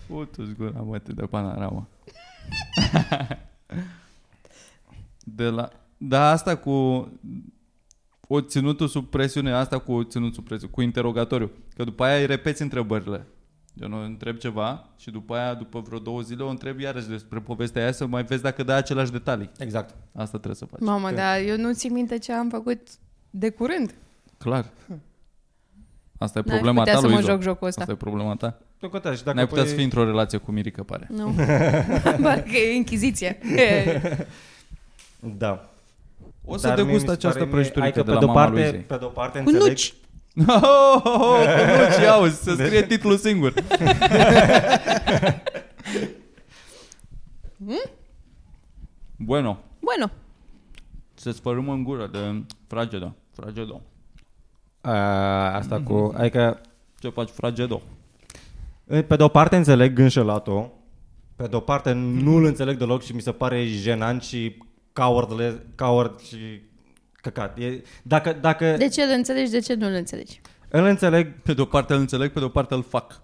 Speaker 2: Putu-ți gura, mă, te dă panorama. de la... Da, asta cu o ținutul sub presiune, asta cu o ținut sub presiune, cu interogatoriu. Că după aia îi repeți întrebările. Eu nu întreb ceva și după aia, după vreo două zile, o întreb iarăși despre povestea aia să mai vezi dacă dai același detalii.
Speaker 4: Exact.
Speaker 2: Asta trebuie să faci.
Speaker 3: Mamă, dar eu nu țin minte ce am făcut de curând.
Speaker 2: Clar. Asta e
Speaker 3: N-aș
Speaker 2: problema
Speaker 3: putea
Speaker 2: ta,
Speaker 3: să
Speaker 2: lui
Speaker 3: mă
Speaker 2: Izo.
Speaker 3: joc jocul ăsta.
Speaker 2: Asta e problema ta.
Speaker 4: Tu contează și dacă păi-
Speaker 2: N-ai putea
Speaker 4: pui-
Speaker 2: să fii într-o relație cu Mirica, pare.
Speaker 3: Nu. Bă, că e inchiziție.
Speaker 4: Da.
Speaker 2: O să
Speaker 4: Dar mie mi
Speaker 2: degust
Speaker 4: se pare
Speaker 2: această
Speaker 4: mie-
Speaker 2: prăjiturică
Speaker 4: adică
Speaker 2: de
Speaker 4: pe
Speaker 2: la
Speaker 4: de-o
Speaker 2: mama
Speaker 4: parte,
Speaker 2: lui Izei.
Speaker 4: Pe de-o parte
Speaker 3: Cu
Speaker 4: înțeleg...
Speaker 3: nuci.
Speaker 2: Oh, oh, oh, cu nuci, auzi, să scrie titlul singur. Hmm? bueno,
Speaker 3: Bueno,
Speaker 2: se sfărâmă în gură de fragedo. Fragedo.
Speaker 4: A, asta cu... Adică,
Speaker 2: Ce faci, fragedo?
Speaker 4: pe de-o parte înțeleg gânșelat-o, pe de-o parte nu-l înțeleg deloc și mi se pare jenant și coward, coward și căcat. E, dacă, dacă
Speaker 3: Deci-
Speaker 6: De ce îl înțelegi, de ce nu îl înțelegi?
Speaker 4: îl înțeleg,
Speaker 2: Pe de-o parte îl înțeleg, pe de-o parte îl fac.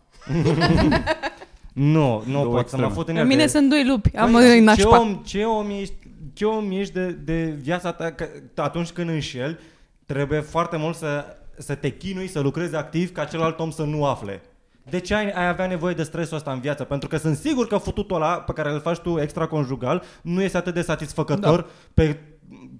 Speaker 4: nu, nu
Speaker 2: Două
Speaker 4: pot să mă
Speaker 2: extreme.
Speaker 4: fut în
Speaker 3: în
Speaker 4: el.
Speaker 3: mine
Speaker 4: că-
Speaker 3: sunt doi lupi. Am
Speaker 4: Păi,
Speaker 3: în
Speaker 4: ce
Speaker 3: nașpa.
Speaker 4: om, ce om ești, ce om ești de, de viața ta că, atunci când înșel, trebuie foarte mult să, să te chinui, să lucrezi activ ca celălalt om să nu afle. De ce ai, ai avea nevoie de stresul ăsta în viață? Pentru că sunt sigur că fututul ăla pe care îl faci tu extraconjugal nu este atât de satisfăcător da. pe,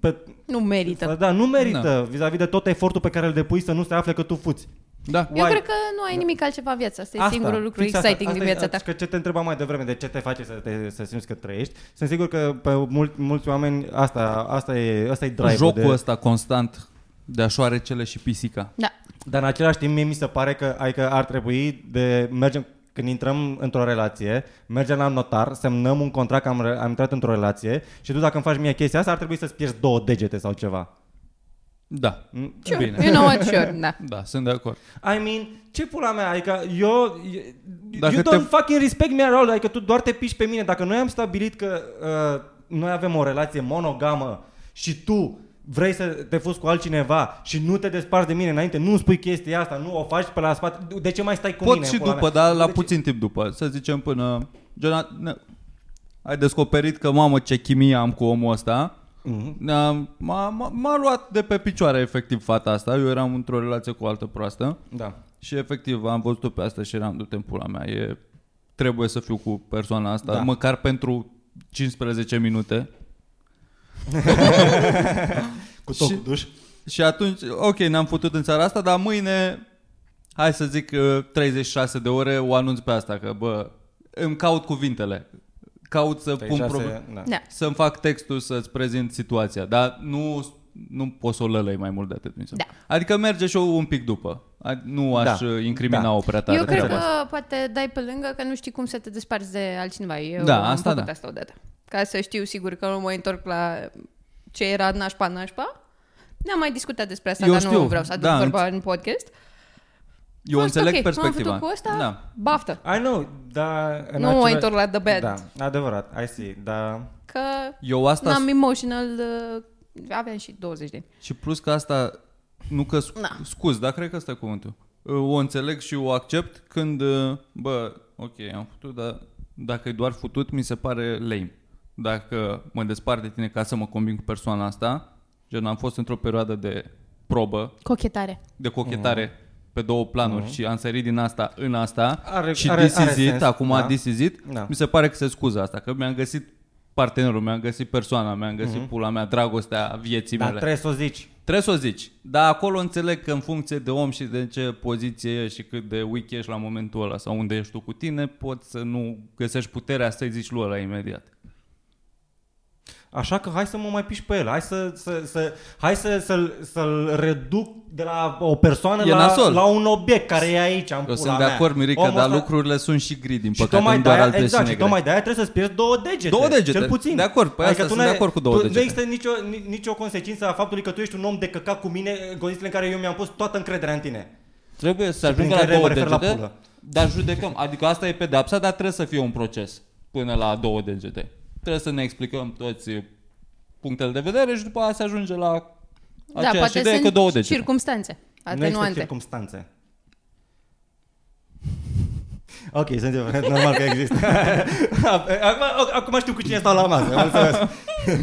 Speaker 4: pe
Speaker 3: Nu merită.
Speaker 4: da, nu merită da. vis-a-vis de tot efortul pe care îl depui să nu se afle că tu fuți.
Speaker 2: Da.
Speaker 6: Eu cred că nu ai nimic altceva în viață. Asta e singurul lucru
Speaker 4: fix
Speaker 3: exciting din
Speaker 4: e- da,
Speaker 3: viața ta.
Speaker 4: Că ce te întrebam mai devreme, de ce te face să, te, să simți că trăiești, sunt sigur că pe mult, mulți oameni asta, asta e, asta e drive
Speaker 2: Jocul
Speaker 4: de...
Speaker 2: ăsta constant de așoarecele și pisica.
Speaker 6: Da.
Speaker 4: Dar în același timp mie mi se pare că, adică ar trebui de mergem când intrăm într-o relație, mergem la notar, semnăm un contract că am, re- am intrat într-o relație și tu dacă îmi faci mie chestia asta ar trebui să-ți pierzi două degete sau ceva.
Speaker 2: Da.
Speaker 3: Sure.
Speaker 2: Bine.
Speaker 3: You know what, sure, da.
Speaker 2: Da, sunt de acord.
Speaker 4: I mean, ce pula mea, adică eu,
Speaker 2: Dacă
Speaker 4: you
Speaker 2: te-
Speaker 4: don't fucking respect me at all, adică tu doar te piși pe mine. Dacă noi am stabilit că uh, noi avem o relație monogamă și tu vrei să te fuzi cu altcineva și nu te desparți de mine înainte, nu îmi spui chestia asta, nu o faci pe la spate, de ce mai stai cu
Speaker 2: Pot
Speaker 4: mine?
Speaker 2: și
Speaker 4: pula
Speaker 2: după,
Speaker 4: mea? Deci-
Speaker 2: dar la
Speaker 4: de
Speaker 2: puțin timp după. Să zicem până... Gen, ne, ai descoperit că, mamă, ce chimie am cu omul ăsta.
Speaker 4: Mhm.
Speaker 2: Ne-am- M-a, m-a, m-a luat de pe picioare, efectiv, fata asta. Eu eram într-o relație cu o altă proastă.
Speaker 4: Ce? Da.
Speaker 2: Și efectiv am văzut-o pe asta și eram, du-te în pula mea, e, trebuie să fiu cu persoana asta, da.
Speaker 4: Da.
Speaker 2: măcar pentru 15 minute.
Speaker 4: Cu
Speaker 2: tot
Speaker 4: tot
Speaker 2: Și-
Speaker 4: și...
Speaker 2: cu
Speaker 4: cu duș.
Speaker 2: Și atunci, ok, ne-am putut în țara asta, dar mâine, hai să zic, uh, 36 de ore o anunț pe asta, că bă, îmi caut cuvintele, caut să pun probleme.
Speaker 3: Da.
Speaker 2: Să-mi fac textul să-ți prezint situația, dar nu, nu poți să o lălăi mai mult de atât. mi se
Speaker 6: Da.
Speaker 2: pare. Adică merge și un pic după. Ad- Nu aș
Speaker 4: Da.
Speaker 2: da. incrimina
Speaker 4: Da.
Speaker 2: o prea tare
Speaker 6: Eu cred
Speaker 2: treaba asta.
Speaker 6: că poate dai pe lângă că nu știi cum să te desparți de altcineva. Eu
Speaker 2: Da,
Speaker 6: am
Speaker 2: asta
Speaker 6: făcut
Speaker 2: da.
Speaker 6: asta odată. Ca să știu sigur că nu mă întorc la ce era nașpa nașpa. N-am mai discutat despre asta,
Speaker 2: Eu
Speaker 6: dar
Speaker 2: știu,
Speaker 6: nu vreau să aduc
Speaker 2: da,
Speaker 6: vorba în podcast.
Speaker 2: Eu
Speaker 6: Am zis,
Speaker 2: înțeleg
Speaker 6: ok,
Speaker 2: perspectiva.
Speaker 6: M-am făcut cu ăsta,
Speaker 2: Da.
Speaker 6: baftă.
Speaker 4: I know, dar... în
Speaker 6: Nu mă
Speaker 4: același-
Speaker 6: întorc la the bad.
Speaker 4: Da, adevărat, I see, dar...
Speaker 6: Că
Speaker 2: Eu asta
Speaker 6: n-am emotional... uh, Aveam și 20 de ani.
Speaker 2: Și plus că asta, nu că sc-
Speaker 6: Na.
Speaker 2: scuz, dar cred că ăsta e cuvântul. Uh, O înțeleg și o accept când, uh, bă, ok, am futut, dar dacă e doar futut, mi se pare lame. Dacă mă despart de tine ca să mă combin cu persoana asta, gen am fost într-o perioadă de probă,
Speaker 6: Cochetare.
Speaker 2: de cochetare, mm. pe două planuri și am sărit din asta în asta
Speaker 4: Mhm. Are-
Speaker 2: și
Speaker 4: are-
Speaker 2: this
Speaker 4: are
Speaker 2: is it,
Speaker 4: sens,
Speaker 2: acum
Speaker 4: da.
Speaker 2: this is it,
Speaker 4: Da.
Speaker 2: mi se pare că se scuză asta, că mi-am găsit partenerul, mi-am găsit persoana, mi-am
Speaker 4: Mhm.
Speaker 2: găsit pula mea, dragostea vieții
Speaker 4: Dar
Speaker 2: mele.
Speaker 4: trebuie să o zici.
Speaker 2: Trebuie să o zici. Dar acolo înțeleg că în funcție de om și de ce poziție ești și cât de weak ești la momentul ăla sau unde ești tu cu tine, poți să nu găsești puterea să-i zici lui ăla imediat.
Speaker 4: Așa că hai să mă mai piși pe el. Hai să, să, să, hai să, să-l, să-l reduc de la o persoană
Speaker 2: E
Speaker 4: la,
Speaker 2: nasol.
Speaker 4: la, un obiect care e aici. Am
Speaker 2: Eu
Speaker 4: pula
Speaker 2: sunt de
Speaker 4: mea.
Speaker 2: acord, Mirica,
Speaker 4: Omul
Speaker 2: dar
Speaker 4: ăsta-
Speaker 2: lucrurile sunt și gri, din
Speaker 4: Și
Speaker 2: păcate,
Speaker 4: tocmai
Speaker 2: nu
Speaker 4: de
Speaker 2: doar
Speaker 4: aia,
Speaker 2: alte și
Speaker 4: exact, și
Speaker 2: negre.
Speaker 4: tocmai de aia trebuie să-ți pierzi două degete.
Speaker 2: Două degete,
Speaker 4: Cel puțin. Adică
Speaker 2: de acord, pe asta
Speaker 4: tu
Speaker 2: sunt
Speaker 4: n-ai-
Speaker 2: de acord cu două
Speaker 4: tu-
Speaker 2: degete.
Speaker 4: Nu există nicio, ni- nicio consecință a faptului că tu ești un om de căcat cu mine în condițiile în care eu mi-am pus toată încrederea în tine.
Speaker 7: Trebuie să
Speaker 4: prin
Speaker 7: ajungă la
Speaker 4: care
Speaker 7: două
Speaker 4: mă refer la
Speaker 7: degete,
Speaker 4: pulă.
Speaker 7: dar judecăm. Adică asta e pedapsa, dar trebuie să fie un proces până la două degete. Trebuie să ne explicăm toți punctele de vedere și după aia se ajunge la
Speaker 3: Da,
Speaker 7: aceeași
Speaker 3: poate
Speaker 7: idee
Speaker 3: sunt
Speaker 7: că două degete.
Speaker 3: circumstanțe
Speaker 4: Nu există
Speaker 3: atenuante.
Speaker 4: circumstanțe. Ok, sunt eu, normal că există. acum, acum știu cu cine stau la masă, am înțeles.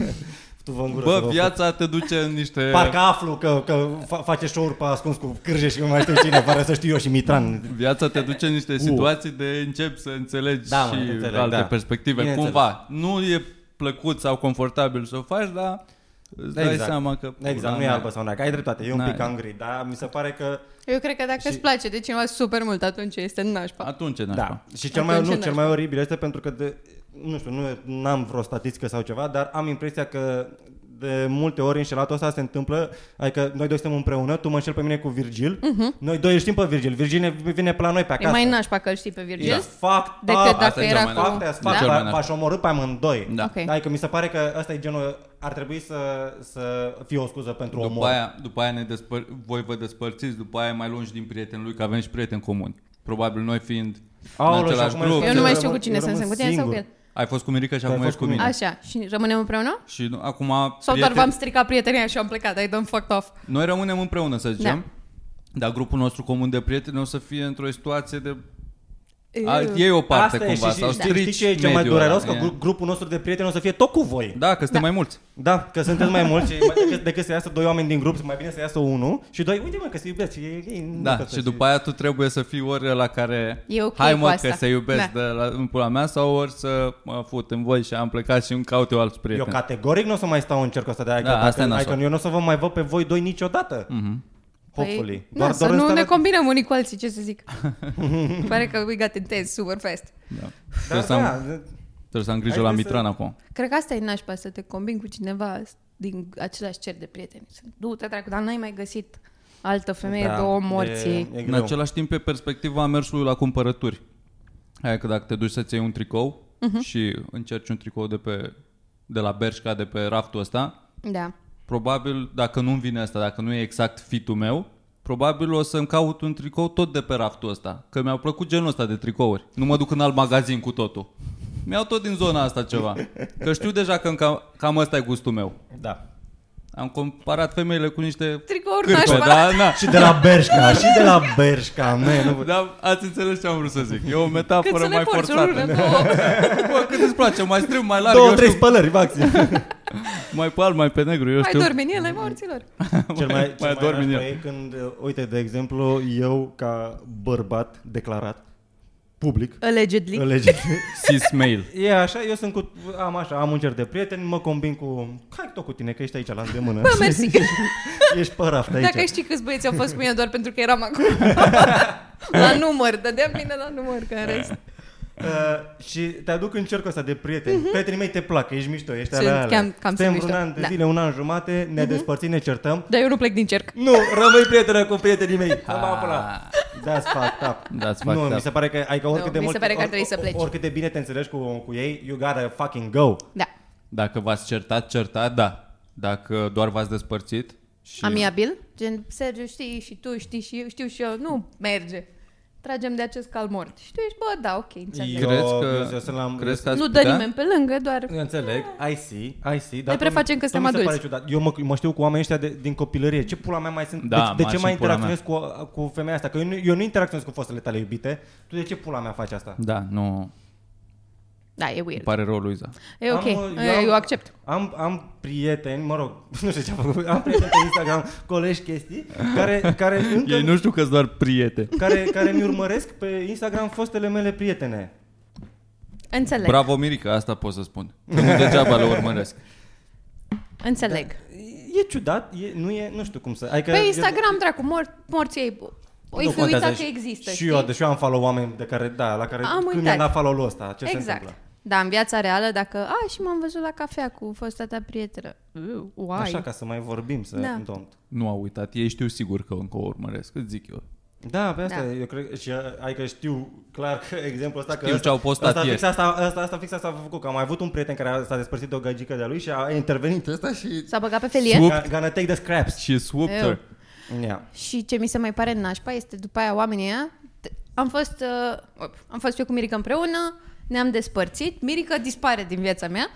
Speaker 4: tu vă îngură, să
Speaker 2: Bă,
Speaker 4: vă-
Speaker 2: viața te duce în niște...
Speaker 4: Parcă aflu că, că fa- face show-uri pe ascuns cu cârje și nu mai știu cine, fără să știu eu și Mitran.
Speaker 2: Viața te duce în niște situații de încep să înțelegi
Speaker 4: Uh. Da,
Speaker 2: și
Speaker 4: mă, înțeleg,
Speaker 2: alte
Speaker 4: da.
Speaker 2: perspective.
Speaker 4: Bineînțeles.
Speaker 2: Cumva, nu e plăcut sau confortabil să o faci, dar îți dai
Speaker 4: Exact.
Speaker 2: seama că...
Speaker 4: Exact, Da. nu e albă sau neagră, ai dreptate, e un
Speaker 2: N-ai.
Speaker 4: pic angry, dar mi se pare că...
Speaker 3: Eu cred că dacă îți place de cineva super mult, atunci este nașpa.
Speaker 2: Atunci e nașpa.
Speaker 4: Da. Și cel mai,
Speaker 3: Atunci
Speaker 4: nu,
Speaker 3: n-ai.
Speaker 4: cel mai oribil este pentru că, de, nu știu, nu am vreo statistică sau ceva, dar am impresia că de multe ori înșelatul ăsta se întâmplă, adică noi doi suntem împreună, tu mă înșel pe mine cu Virgil, uh-huh. noi doi îl știm pe Virgil, Virgil ne- vine pe la noi pe
Speaker 3: Mhm. E
Speaker 4: acasă.
Speaker 3: mai nașpa că îl știi pe Virgil.
Speaker 4: Yes. Fac,
Speaker 3: Decât
Speaker 4: da,
Speaker 3: dacă
Speaker 2: e cel
Speaker 3: era
Speaker 2: mai
Speaker 3: cu...
Speaker 2: nașpa.
Speaker 4: Fact as
Speaker 2: Da.
Speaker 4: fact,
Speaker 2: Cel mai
Speaker 4: da?
Speaker 2: nașpa.
Speaker 4: v-aș omorâ pe amândoi.
Speaker 2: Da.
Speaker 3: Ok.
Speaker 4: Adică mi se pare că ăsta e genul, ar trebui să, să fie o scuză pentru
Speaker 2: După
Speaker 4: omor.
Speaker 2: aia, după aia ne despăr- voi vă despărțiți, după aia mai lungi din prietenul lui, că avem și prieteni comuni. Probabil noi fiind
Speaker 4: Aoleu,
Speaker 2: în
Speaker 4: și
Speaker 2: același
Speaker 4: acum
Speaker 2: grup.
Speaker 4: este-
Speaker 3: Eu nu mai
Speaker 4: Eu
Speaker 3: știu cu
Speaker 4: rămân-
Speaker 3: cine
Speaker 4: eu
Speaker 3: sunt,
Speaker 4: rămân
Speaker 3: sunt cu tine sau cu el.
Speaker 4: singur.
Speaker 2: Ai fost cu Mirica și
Speaker 4: ai
Speaker 2: acum
Speaker 4: fost
Speaker 2: ești cu
Speaker 4: cu
Speaker 2: mine.
Speaker 4: mine.
Speaker 3: Așa, și rămânem împreună?
Speaker 2: Și nu- acum
Speaker 3: Sau doar v-am stricat prietenia și am plecat, I don't fucked off.
Speaker 2: noi rămânem împreună, să zicem. Dar grupul nostru comun de prieteni o să fie într-o situație de... A, ei o parte
Speaker 4: Asta e
Speaker 2: cumva,
Speaker 4: și, și
Speaker 2: sau
Speaker 4: știi, știi
Speaker 2: strici
Speaker 4: ce e cel mai
Speaker 2: mediul ăla,
Speaker 4: dureros? Că
Speaker 2: e.
Speaker 4: gru- grupul nostru de prieteni o să fie tot cu voi.
Speaker 2: Da, că suntem mai mulți.
Speaker 4: Da, că sunteți mai mulți și mai decât, decât să iasă doi oameni din grup, mai bine să iasă unul și doi, uite mă că se iubesc. Și, e- e- nu
Speaker 2: Da,
Speaker 4: căsă
Speaker 2: și după aia tu trebuie să fii ori la care
Speaker 3: E ok
Speaker 2: hai
Speaker 3: cu
Speaker 2: mă
Speaker 3: asta."
Speaker 2: că se iubesc
Speaker 3: Da.
Speaker 2: de la, în pula mea sau ori să mă fut în voi și am plecat și îmi caut eu alți
Speaker 4: Eu
Speaker 2: prieteni.
Speaker 4: categoric nu o să mai stau în cercul ăsta de aia,
Speaker 2: Da, asta e Mhm.
Speaker 4: dacă,
Speaker 2: nasol.
Speaker 4: adică eu nu o să vă mai văd pe voi doi niciodată. Mm-hmm. Hopefully.
Speaker 3: Păi, na, să
Speaker 4: în
Speaker 3: nu ne
Speaker 4: starea-
Speaker 3: combinăm unii cu alții, ce să zic. Îmi Pare că we got intense, super fast.
Speaker 2: Da.
Speaker 4: Dar
Speaker 2: Trebuie, să
Speaker 4: da,
Speaker 2: am, trebuie să am grijă
Speaker 4: Hai
Speaker 2: la
Speaker 4: să-
Speaker 2: Mitran acum.
Speaker 3: Cred că asta e nașpa, să te combini cu cineva din același cer de prieteni. Să- Du-te, dracu, dar n-ai mai găsit altă femeie,
Speaker 4: da,
Speaker 3: două
Speaker 4: E,
Speaker 3: morții.
Speaker 4: e
Speaker 2: În
Speaker 4: greu.
Speaker 2: același timp, pe perspectiva mersului la cumpărături. Aia că dacă te duci să-ți iei un tricou
Speaker 3: Mhm.
Speaker 2: uh-huh. și încerci un tricou de, pe, de la Bershka, de pe raftul ăsta,
Speaker 3: Da.
Speaker 2: probabil, dacă nu-mi vine asta, dacă nu e exact fitul meu, probabil o să-mi caut un tricou tot de pe raftul ăsta. Că mi-au plăcut genul ăsta de tricouri. Nu mă duc în alt magazin cu totul. Mi-au tot din zona asta ceva. Că știu deja că cam, cam ăsta e gustul meu.
Speaker 4: Da.
Speaker 2: Am comparat femeile cu niște
Speaker 3: Tricouri
Speaker 2: cârpe,
Speaker 3: nașpa.
Speaker 2: da, na.
Speaker 4: Și de la Berșca, și de la Berșca,
Speaker 2: Da,
Speaker 4: man, nu
Speaker 2: Dar ați înțeles ce am vrut să zic. E o
Speaker 3: Cât
Speaker 2: metaforă
Speaker 3: să
Speaker 2: mai
Speaker 3: le porți, o lună,
Speaker 2: forțată.
Speaker 3: două.
Speaker 2: Bă, cât îți place, mai strâm, mai larg,
Speaker 4: Două,
Speaker 2: eu
Speaker 4: trei
Speaker 2: știu,
Speaker 4: spălări, maxim.
Speaker 2: mai pe alb, mai pe negru, eu
Speaker 3: Hai,
Speaker 2: știu.
Speaker 3: dormi în ele, morților.
Speaker 4: Cel mai, cel mai
Speaker 2: adorm în
Speaker 4: nașpa
Speaker 2: el.
Speaker 4: e când, uh, uite, de exemplu, eu ca bărbat declarat, public,
Speaker 3: Allegedly.
Speaker 4: alege.
Speaker 2: Sis mail.
Speaker 4: E așa, eu sunt cu, am așa, am un cer de prieteni, mă combin cu, hai tot cu tine, că ești aici la de mână.
Speaker 3: Bă, mersi.
Speaker 4: ești pe raft aici.
Speaker 3: Dacă știi câți băieți au fost cu mine doar pentru că eram acolo. la număr, dădeam bine la număr, că în
Speaker 4: Da.
Speaker 3: rest.
Speaker 4: Uh, și te aduc în cercul ăsta de prieteni. Uh-huh. Prietenii mei te plac, ești mișto, ești
Speaker 3: Mhm. Sunt
Speaker 4: alea, alea.
Speaker 3: cam- cam
Speaker 4: Suntem
Speaker 3: sunt
Speaker 4: un
Speaker 3: mișto,
Speaker 4: an de
Speaker 3: da. Mhm.
Speaker 4: zile, un an jumate, ne uh-huh. despărțim, ne certăm.
Speaker 3: Dar eu nu plec din cerc.
Speaker 4: Nu, rămâi prietenă cu prietenii mei. Am apărat. That's fucked up.
Speaker 2: That's
Speaker 4: nu,
Speaker 2: fucked
Speaker 4: mi
Speaker 2: up.
Speaker 4: se pare că, adică oricât
Speaker 3: Nu,
Speaker 4: de
Speaker 3: mi se
Speaker 4: mult,
Speaker 3: pare că ar trebui să pleci.
Speaker 4: oricât de bine te înțelegi cu, cu ei, you gotta fucking go.
Speaker 3: Da.
Speaker 2: Dacă v-ați certat, certat, da. Dacă doar v-ați despărțit și...
Speaker 3: Amiabil? Gen, Sergiu, știi și tu, știi și eu, știu și eu, nu merge. Tragem de acest cal mort. Și tu ești, bă, da, ok, înțeleg.
Speaker 4: Eu-
Speaker 2: Crezi
Speaker 4: eu
Speaker 2: că,
Speaker 4: sunt la-
Speaker 2: crezi că ați
Speaker 3: Nu dă
Speaker 4: Da?
Speaker 2: putea?
Speaker 3: nimeni pe lângă, doar...
Speaker 4: Înțeleg, I see, I see. Dar
Speaker 3: prefacem că
Speaker 4: tot
Speaker 3: suntem
Speaker 4: mi se pare
Speaker 3: adulți.
Speaker 4: ciudat. Eu mă, mă știu cu oamenii ăștia de, din copilărie. Ce pula mea mai sunt?
Speaker 2: Da,
Speaker 4: de, de
Speaker 2: mă,
Speaker 4: ce
Speaker 2: și
Speaker 4: mai
Speaker 2: pula
Speaker 4: interacționez cu, cu femeia asta? Că eu nu, eu nu interacționez cu fostele tale iubite. Tu de ce pula mea faci asta?
Speaker 2: Da, nu.
Speaker 3: Da, e weird.
Speaker 2: Îmi Da, pare rău, Luiza.
Speaker 3: E ok,
Speaker 4: Am,
Speaker 3: eu, eu accept.
Speaker 4: Am, am prieteni, mă rog, nu știu ce am făcut, am prieteni pe Instagram, colegi, chestii, care, care încă...
Speaker 2: Ei nu știu că doar prieteni.
Speaker 4: Care, care mi urmăresc pe Instagram fostele mele prietene.
Speaker 3: Înțeleg,
Speaker 2: Bravo, Mirica, asta pot să spun. Că nu degeaba le urmăresc.
Speaker 3: înțeleg.
Speaker 4: Da. E ciudat, e, nu e, nu știu cum să... Adică
Speaker 3: Pe
Speaker 4: eu-
Speaker 3: Instagram, dracu, mor, morți ei. O
Speaker 4: nu
Speaker 3: fi
Speaker 4: contează
Speaker 3: uitat că
Speaker 4: și-
Speaker 3: există,
Speaker 4: Și
Speaker 3: știi?
Speaker 4: eu, deși eu am follow oameni de care, da, la care
Speaker 3: Am
Speaker 4: am când
Speaker 3: uitat.
Speaker 4: mi-am dat follow-ul ăsta, ce se
Speaker 3: exact.
Speaker 4: întâmplă?
Speaker 3: Da, în viața reală, dacă... A, și m-am văzut la cafea cu fosta ta prietenă. Uu, Uai.
Speaker 4: Așa, ca să mai vorbim, să
Speaker 3: Da.
Speaker 4: da.
Speaker 2: Nu au uitat. Ei știu sigur că încă o urmăresc. Îți zic eu.
Speaker 4: Da, pe asta,
Speaker 3: Da.
Speaker 4: da. eu cred, și adică știu clar că exemplul ăsta că
Speaker 2: Știu ce au postat
Speaker 4: asta, fix
Speaker 2: ieri.
Speaker 4: asta, asta, asta, fix asta a făcut, că am mai avut un prieten care a- s-a despărțit de o gagică de-a lui și a intervenit ăsta și
Speaker 3: S-a băgat pe felie?
Speaker 2: Sub-
Speaker 4: Ga- gonna take the scraps.
Speaker 2: Și swooped
Speaker 3: Eu.
Speaker 2: her.
Speaker 4: Yeah.
Speaker 3: Și ce mi se mai pare nașpa este după aia oamenii ăia, te- am fost, uh, op, am fost eu cu Mirica împreună, ne-am despărțit, Mirica dispare din viața mea,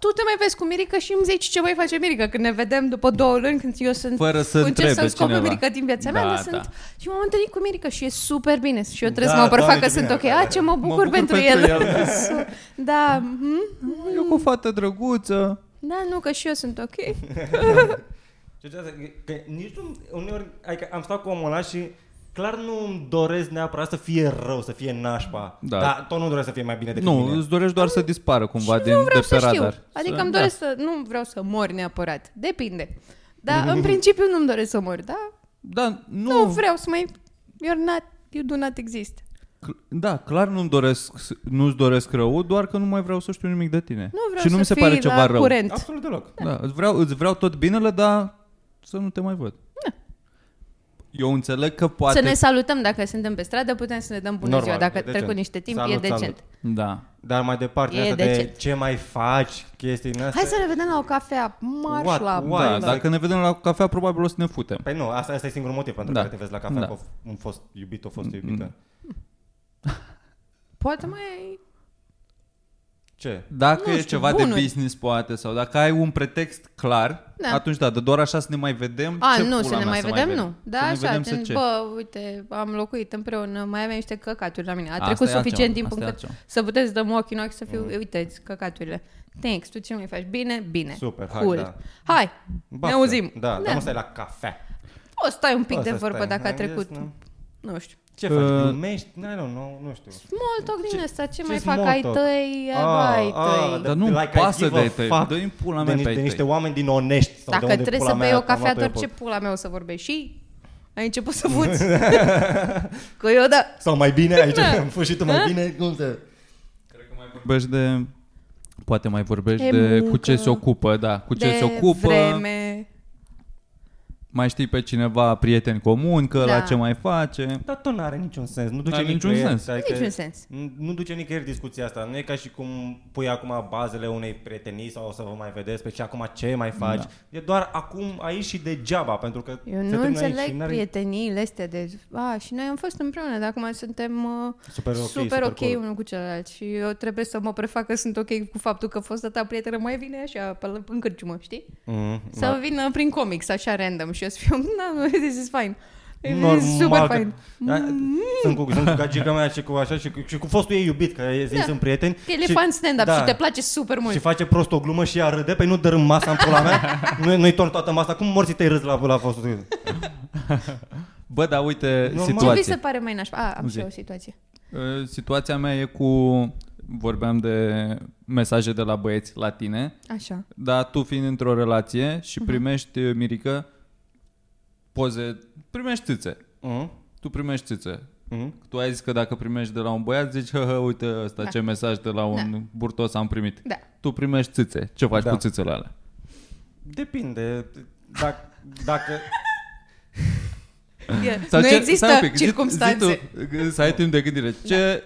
Speaker 3: tu te mai vezi cu Mirica și îmi zici ce mai face Mirica când ne vedem după două luni, când eu sunt,
Speaker 2: Fără să
Speaker 3: încerc
Speaker 2: întrebe
Speaker 3: să-mi scop pe
Speaker 2: cineva.
Speaker 3: Mirica din viața mea,
Speaker 2: Da,
Speaker 3: dar
Speaker 2: da.
Speaker 3: sunt, și m-am întâlnit cu Mirica și e super bine și eu trebuie
Speaker 4: Da,
Speaker 3: să mă
Speaker 4: Doamne,
Speaker 3: apăr că
Speaker 4: ce
Speaker 3: sunt
Speaker 4: bine.
Speaker 3: ok, a, ce mă bucur, pentru, el. da, mhm.
Speaker 2: Eu cu o fată drăguță.
Speaker 3: da, nu, că și eu sunt ok.
Speaker 4: Și atunci, că nici nu, uneori, adică am stat cu omul ăla și clar nu îmi doresc neapărat să fie rău, să fie nașpa.
Speaker 2: Da.
Speaker 4: Dar tot nu doresc să fie mai bine decât
Speaker 2: Nu,
Speaker 4: mine.
Speaker 2: îți dorești doar să dispară cumva
Speaker 3: Și
Speaker 2: din,
Speaker 3: nu vreau
Speaker 2: de pe
Speaker 3: să
Speaker 2: radar.
Speaker 3: știu. Adică
Speaker 2: Să- da.
Speaker 3: îmi doresc să... Nu vreau să mor neapărat. Depinde. Dar în principiu nu-mi doresc să mor, da?
Speaker 2: Da, da nu,
Speaker 3: Nu vreau să mai... You're not... You do not exist.
Speaker 2: Cl- Da, clar nu-mi doresc, s- nu-ți doresc rău, doar că nu mai vreau să știu nimic de tine.
Speaker 3: Nu vreau
Speaker 2: și nu
Speaker 3: să
Speaker 2: mi se
Speaker 3: fii
Speaker 2: pare ceva
Speaker 3: la
Speaker 2: rău.
Speaker 3: curent.
Speaker 4: Absolut deloc.
Speaker 2: Da, îți vreau, îți vreau tot binele, dar să nu te mai văd. Eu înțeleg că poate...
Speaker 3: Da. Să ne salutăm dacă suntem pe stradă, putem să ne dăm bună
Speaker 4: Normal,
Speaker 3: ziua. Dacă
Speaker 4: e
Speaker 3: trec
Speaker 4: decent.
Speaker 3: cu niște timp,
Speaker 4: Salut,
Speaker 3: e decent.
Speaker 4: salut.
Speaker 2: Da.
Speaker 4: Dar mai departe,
Speaker 3: E
Speaker 4: asta de
Speaker 3: decent.
Speaker 4: ce mai faci, chestii din astea.
Speaker 3: Hai să ne vedem la o cafea. Marș
Speaker 4: What?
Speaker 3: la...
Speaker 4: What?
Speaker 2: Da,
Speaker 4: exact.
Speaker 2: dacă ne vedem la cafea, probabil o să ne futem.
Speaker 4: Păi nu, asta, asta e singurul motiv pentru
Speaker 2: Da.
Speaker 4: da. care te vezi la cafea
Speaker 2: Da.
Speaker 4: da. cu un fost iubit, o fost iubită.
Speaker 3: Poate mai...
Speaker 4: Ce?
Speaker 2: Dacă
Speaker 3: Nu
Speaker 2: e
Speaker 3: știu,
Speaker 2: ceva de
Speaker 3: bunuri.
Speaker 2: business, poate, sau dacă ai un pretext clar,
Speaker 3: Da.
Speaker 2: atunci da, dar doar așa să ne mai vedem.
Speaker 3: A,
Speaker 2: ce
Speaker 3: nu,
Speaker 2: pula
Speaker 3: să ne
Speaker 2: mea
Speaker 3: mai vedem, nu. Da,
Speaker 2: să ne
Speaker 3: așa,
Speaker 2: vedem
Speaker 3: gen,
Speaker 2: să ce?
Speaker 3: bă, uite, am locuit împreună, mai avem niște căcaturi la mine. A
Speaker 2: Asta
Speaker 3: trecut
Speaker 2: e
Speaker 3: suficient
Speaker 2: altceva,
Speaker 3: timp
Speaker 2: asta e
Speaker 3: încât
Speaker 2: altceva.
Speaker 3: să puteți să dăm ochi în ochi să fiu, mm. uite, căcaturile. Thanks, tu ce mi faci? Bine? Bine.
Speaker 4: Super, hai,
Speaker 3: cool.
Speaker 4: da.
Speaker 3: Hai,
Speaker 4: Baftă.
Speaker 3: ne auzim.
Speaker 4: Da, da. dar nu stai la cafea.
Speaker 3: O stai un pic
Speaker 4: O
Speaker 3: de
Speaker 4: să
Speaker 3: vorbă
Speaker 4: stai.
Speaker 3: dacă a
Speaker 4: Am zis,
Speaker 3: trecut.
Speaker 4: nu.
Speaker 3: Nu știu.
Speaker 4: Ce
Speaker 2: Uh,
Speaker 4: faci? Glumești? I don't know, nu știu.
Speaker 3: Small talk din
Speaker 4: Ce-
Speaker 3: ăsta, ce,
Speaker 4: ce
Speaker 3: mai
Speaker 4: small
Speaker 3: fac ai
Speaker 4: talk?
Speaker 3: tăi,
Speaker 4: Ah,
Speaker 3: ai
Speaker 4: ah,
Speaker 3: tăi.
Speaker 2: Dar nu
Speaker 4: like I
Speaker 2: pasă
Speaker 4: give a
Speaker 2: de tăi.
Speaker 4: fuck
Speaker 2: Dă-i în pula mea
Speaker 4: de,
Speaker 2: pe
Speaker 4: niște,
Speaker 2: ai
Speaker 4: de
Speaker 2: tăi.
Speaker 4: niște oameni din Onești. Sau de
Speaker 3: Dacă
Speaker 4: unde
Speaker 3: trebuie
Speaker 4: pula
Speaker 3: să
Speaker 4: mea
Speaker 3: bei o
Speaker 4: acum
Speaker 3: cafea,
Speaker 4: pe
Speaker 3: doar
Speaker 4: pot.
Speaker 3: ce pula mea o să vorbești și ai început să fuți. că eu da.
Speaker 4: Sau mai bine, aici
Speaker 3: Da.
Speaker 4: am fost și tu mai bine, cum te...
Speaker 2: Vorbești de... Poate mai vorbești
Speaker 3: De
Speaker 2: de, de cu
Speaker 3: muncă,
Speaker 2: ce se ocupă, da, cu ce
Speaker 3: de
Speaker 2: se ocupă.
Speaker 3: vreme.
Speaker 2: Mai știi pe cineva prieten comun, că
Speaker 3: Da.
Speaker 2: la ce mai face.
Speaker 4: Dar tot n-are niciun sens, nu duce
Speaker 2: N-are niciun
Speaker 4: nicăieri,
Speaker 2: sens.
Speaker 4: adică-
Speaker 3: Niciun sens.
Speaker 4: N- Nu duce nicăieri discuția asta. Nu e ca și cum pui acum bazele unei prietenii sau o să vă mai vedeți pe ce acum ce mai faci. Da. E doar acum aici și degeaba, pentru că
Speaker 3: Eu
Speaker 4: se
Speaker 3: nu
Speaker 4: termină aici și
Speaker 3: înțeleg
Speaker 4: n-are-
Speaker 3: prieteniile astea de... A, și noi am fost împreună, dar acum suntem uh,
Speaker 4: Super ok,
Speaker 3: super
Speaker 4: super
Speaker 3: ok
Speaker 4: cool.
Speaker 3: unul cu celălalt și eu trebuie să mă prefac că sunt ok cu faptul că fosta ta prietenă mai vine așa pe la- în cârciumă, știi?
Speaker 4: Mhm,
Speaker 3: Să vină prin comics așa random și eu să fiu, na, nu, this is fine. This is
Speaker 4: Mm-hmm. Normal
Speaker 3: super Mm-hmm.
Speaker 4: că-
Speaker 3: fine.
Speaker 4: Da, Sunt cu, sunt cu gagica mea și cu așa și cu, și cu fostul ei iubit, că ei
Speaker 3: Da.
Speaker 4: da. sunt prieteni.
Speaker 3: Că el e
Speaker 4: și- da.
Speaker 3: fan stand-up și te place super mult.
Speaker 4: Și face prost o glumă și ea râde, păi nu dărâm masa în pula mea, nu, nu-i torn toată masa, cum morții tăi râzi la, la fostul tău?
Speaker 2: Bă, da, uite
Speaker 4: Normal.
Speaker 3: Ce vi
Speaker 2: situația.
Speaker 3: se pare mai nașpa? A, am
Speaker 2: Zi.
Speaker 3: și eu o situație.
Speaker 2: Uh, Situația mea e cu... Vorbeam de mesaje de la băieți la tine,
Speaker 3: Așa.
Speaker 2: dar tu fiind într-o relație și
Speaker 3: Mhm.
Speaker 2: primești, uh, Mirică, poze, primești tâțe.
Speaker 4: Mhm,
Speaker 2: Tu primești tâțe.
Speaker 4: mhm.
Speaker 2: Tu ai zis că dacă primești de la un băiat, zici, hă, hă, uite ăsta, ce mesaj de la un burtos am primit.
Speaker 3: Da.
Speaker 2: Tu primești țâțe. Ce faci
Speaker 4: Da.
Speaker 2: cu țâțele alea?
Speaker 4: Depinde. Dacă, dacă,
Speaker 3: E,
Speaker 2: Sau
Speaker 3: nu
Speaker 2: ce- stai
Speaker 3: există
Speaker 2: un pic, zi-
Speaker 3: circumstanțe. Da.
Speaker 2: zi tu, să ai timp de gândire. Ce,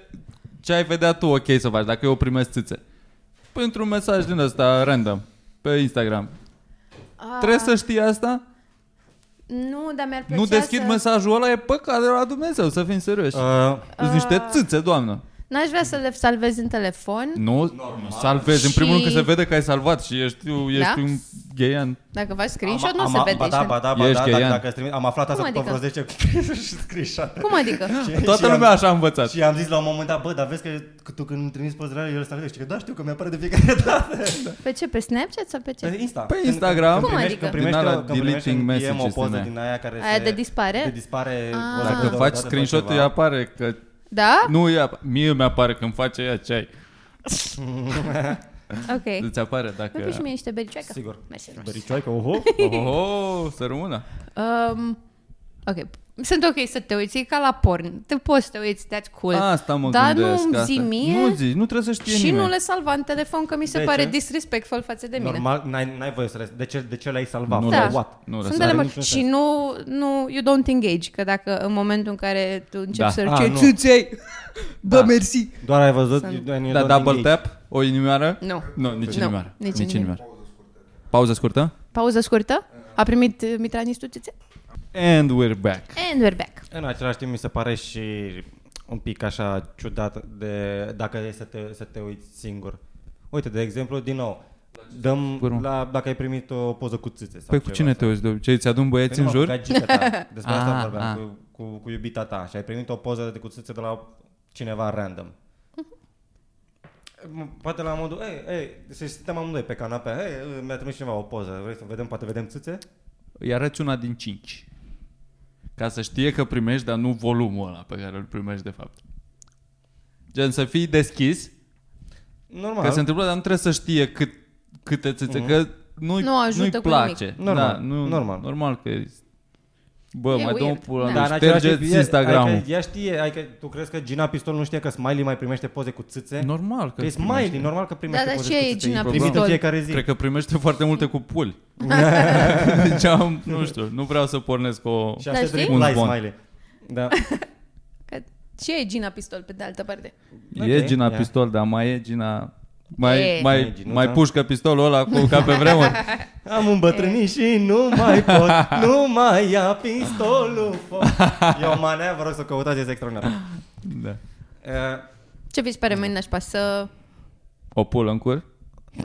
Speaker 2: ce ai vedea tu ok să faci dacă eu primesc țâțe? Păi într-un mesaj din ăsta random pe Instagram.
Speaker 3: A,
Speaker 2: Trebuie să știi asta?
Speaker 3: Ah. Nu, dar mi-ar plăcea
Speaker 2: Nu deschid
Speaker 3: să...
Speaker 2: mesajul ăla, e păcat de la Dumnezeu, să fim serioși. Uh.
Speaker 4: uh,
Speaker 2: Sunt niște țâțe, doamnă.
Speaker 3: N-aș vrea să le salvezi în telefon.
Speaker 2: Nu, salvezi. În primul
Speaker 3: Și-
Speaker 2: rând că se vede că ai salvat și ești, ești
Speaker 3: Da?
Speaker 2: un Geian.
Speaker 3: Dacă faci screenshot, nu se vede.
Speaker 4: Ba da,
Speaker 3: ești-
Speaker 4: ba da, ba
Speaker 2: Ești
Speaker 4: da, dacă,
Speaker 2: geian.
Speaker 4: dacă ați trimis- am aflat asta
Speaker 3: Cum
Speaker 4: după vreo
Speaker 3: adică?
Speaker 4: 10 screenshot
Speaker 2: da.
Speaker 3: Cum adică?
Speaker 2: Toată lumea așa a învățat.
Speaker 4: Și am zis la un moment dat, bă, dar vezi că tu când îmi trimiți pozele alea, el să le că da, știu că mi-apare de fiecare dată.
Speaker 3: Pe ce? Pe Snapchat sau pe
Speaker 4: Pe
Speaker 3: ce?
Speaker 4: Insta.
Speaker 2: Pe
Speaker 4: Când-
Speaker 2: Instagram.
Speaker 4: Când
Speaker 3: Cum
Speaker 4: primești,
Speaker 3: adică?
Speaker 4: când primești,
Speaker 2: Din alea
Speaker 4: când primești în
Speaker 2: deleting
Speaker 4: DM o
Speaker 2: messages
Speaker 4: poză
Speaker 2: din aia.
Speaker 4: din aia care
Speaker 3: Aia
Speaker 4: se...
Speaker 3: de dispare? Ah.
Speaker 4: De dispare.
Speaker 2: Dacă faci screenshot-ul, îi apare că...
Speaker 3: Da?
Speaker 2: Nu, ea, mie mi-apare când face ea ce ai.
Speaker 3: Ok.
Speaker 2: Îți apare
Speaker 3: Păi
Speaker 2: dacă...
Speaker 3: și mie niște bericioaică.
Speaker 4: Sigur.
Speaker 3: Mersi frumos.
Speaker 4: Băricioaică, oho.
Speaker 2: Oh, oh, să rămână.
Speaker 3: Um, ok. Sunt ok să te uiți, e ca la porn. Te poți să te uiți, that's cool.
Speaker 2: Asta mă
Speaker 3: Păi, Dar nu
Speaker 2: gândesc.
Speaker 3: îmi
Speaker 2: asta.
Speaker 3: zi mie
Speaker 2: Nu zi, nu trebuie să știe
Speaker 3: și
Speaker 2: nimeni.
Speaker 3: nu le salva în telefon, că mi se
Speaker 4: De
Speaker 3: pare
Speaker 4: ce?
Speaker 3: disrespectful față de mine.
Speaker 4: Normal, n-ai, n-ai voie să le... De ce, de ce le-ai salvat?
Speaker 2: Nu
Speaker 3: Da.
Speaker 4: For What?
Speaker 2: Nu
Speaker 3: Sunt
Speaker 2: răsare.
Speaker 3: de
Speaker 4: are
Speaker 3: la
Speaker 4: niciun
Speaker 3: și
Speaker 4: sens.
Speaker 3: nu, nu, you don't engage, că dacă în momentul în care tu începi
Speaker 2: Da.
Speaker 3: da. să
Speaker 4: Ah,
Speaker 3: ah,
Speaker 4: nu.
Speaker 3: ce țuței, bă,
Speaker 2: Da.
Speaker 3: mersi.
Speaker 4: Doar ai văzut... Doar
Speaker 2: Da,
Speaker 4: doar
Speaker 2: double
Speaker 4: din ei.
Speaker 2: tap, o inimioară?
Speaker 3: Nu.
Speaker 2: Nu, nici
Speaker 3: Nu,
Speaker 2: inimioară.
Speaker 3: nici
Speaker 2: Nici
Speaker 3: inimioară.
Speaker 2: inimioară. Pauză scurtă?
Speaker 3: Pauză scurtă? A primit uh, Mitran instituție?
Speaker 2: And we're back.
Speaker 3: And we're back.
Speaker 4: În același timp mi se pare și un pic așa ciudat de dacă e să te, să te uiți singur. Uite, de exemplu, din nou, dăm
Speaker 2: Urmă.
Speaker 4: la, dacă ai primit o poză cu țâțe sau
Speaker 2: Păi cu
Speaker 4: ceva,
Speaker 2: cine
Speaker 4: sau-
Speaker 2: te uiți de obicei? Ți adun băieți în
Speaker 4: Păi nu,
Speaker 2: jur?
Speaker 4: mă, cu gagica ta. Despre
Speaker 2: Ah,
Speaker 4: asta vorbeam,
Speaker 2: ah.
Speaker 4: cu, cu, cu iubita ta și ai primit o poză de cuțițe de la cineva random. M- Poate la modul, ei, ei, să stăm amândoi pe canapea, ei, mi-a trimis cineva o poză, vrei să vedem, poate vedem țâțe?
Speaker 2: Îi arăți una din cinci. Ca să știe că primești, dar nu volumul ăla pe care îl primești de fapt. Gen să fii deschis,
Speaker 4: Normal.
Speaker 2: că se întâmplă, dar nu trebuie să știe cât, câte țâțe, că nu-i,
Speaker 3: Nu ajută
Speaker 2: nu-i
Speaker 3: cu
Speaker 2: place.
Speaker 4: nimic. Mhm. Normal,
Speaker 2: Da, nu,
Speaker 4: normal.
Speaker 2: Normal că... Bă,
Speaker 3: E
Speaker 2: mai dă un
Speaker 3: weird.
Speaker 2: pula,
Speaker 3: Da.
Speaker 2: da.
Speaker 4: în același timp,
Speaker 2: ștergeți
Speaker 4: e-
Speaker 2: Instagram-ul.
Speaker 4: Adică, ea știe, adică, tu crezi că Gina Pistol nu știe că Smiley mai primește poze cu țâțe?
Speaker 2: Normal că
Speaker 4: Că e Smiley,
Speaker 2: primește.
Speaker 4: normal că primește
Speaker 3: Da, dar
Speaker 4: poze
Speaker 3: ce
Speaker 4: cu
Speaker 3: e
Speaker 4: țâțe.
Speaker 3: Gina
Speaker 4: e primită
Speaker 3: Pistol?
Speaker 4: fiecare zi.
Speaker 2: Cred că primește foarte multe cu puli. deci am, nu știu, nu vreau să pornesc o...
Speaker 4: Și aștept
Speaker 3: știi?
Speaker 4: reply
Speaker 2: Un zvon.
Speaker 4: Smiley. Da.
Speaker 3: Că ce e Gina Pistol pe de altă parte?
Speaker 2: Okay, e
Speaker 4: Ok,
Speaker 2: Gina
Speaker 4: ia.
Speaker 2: pistol, dar mai e Gina... Mai, mai,
Speaker 3: E.
Speaker 4: Mai e
Speaker 2: mai,
Speaker 4: Ginuța.
Speaker 2: pușcă pistolul ăla cu ca pe vremuri.
Speaker 4: Am îmbătrânit și nu mai pot, nu mai ia pistolul foc. Eu manea, vă rog să o căutați, este extraordinar.
Speaker 2: da.
Speaker 4: Uh,
Speaker 3: Ce vi se pare mai nașpa? Să...
Speaker 2: O pulă în cur?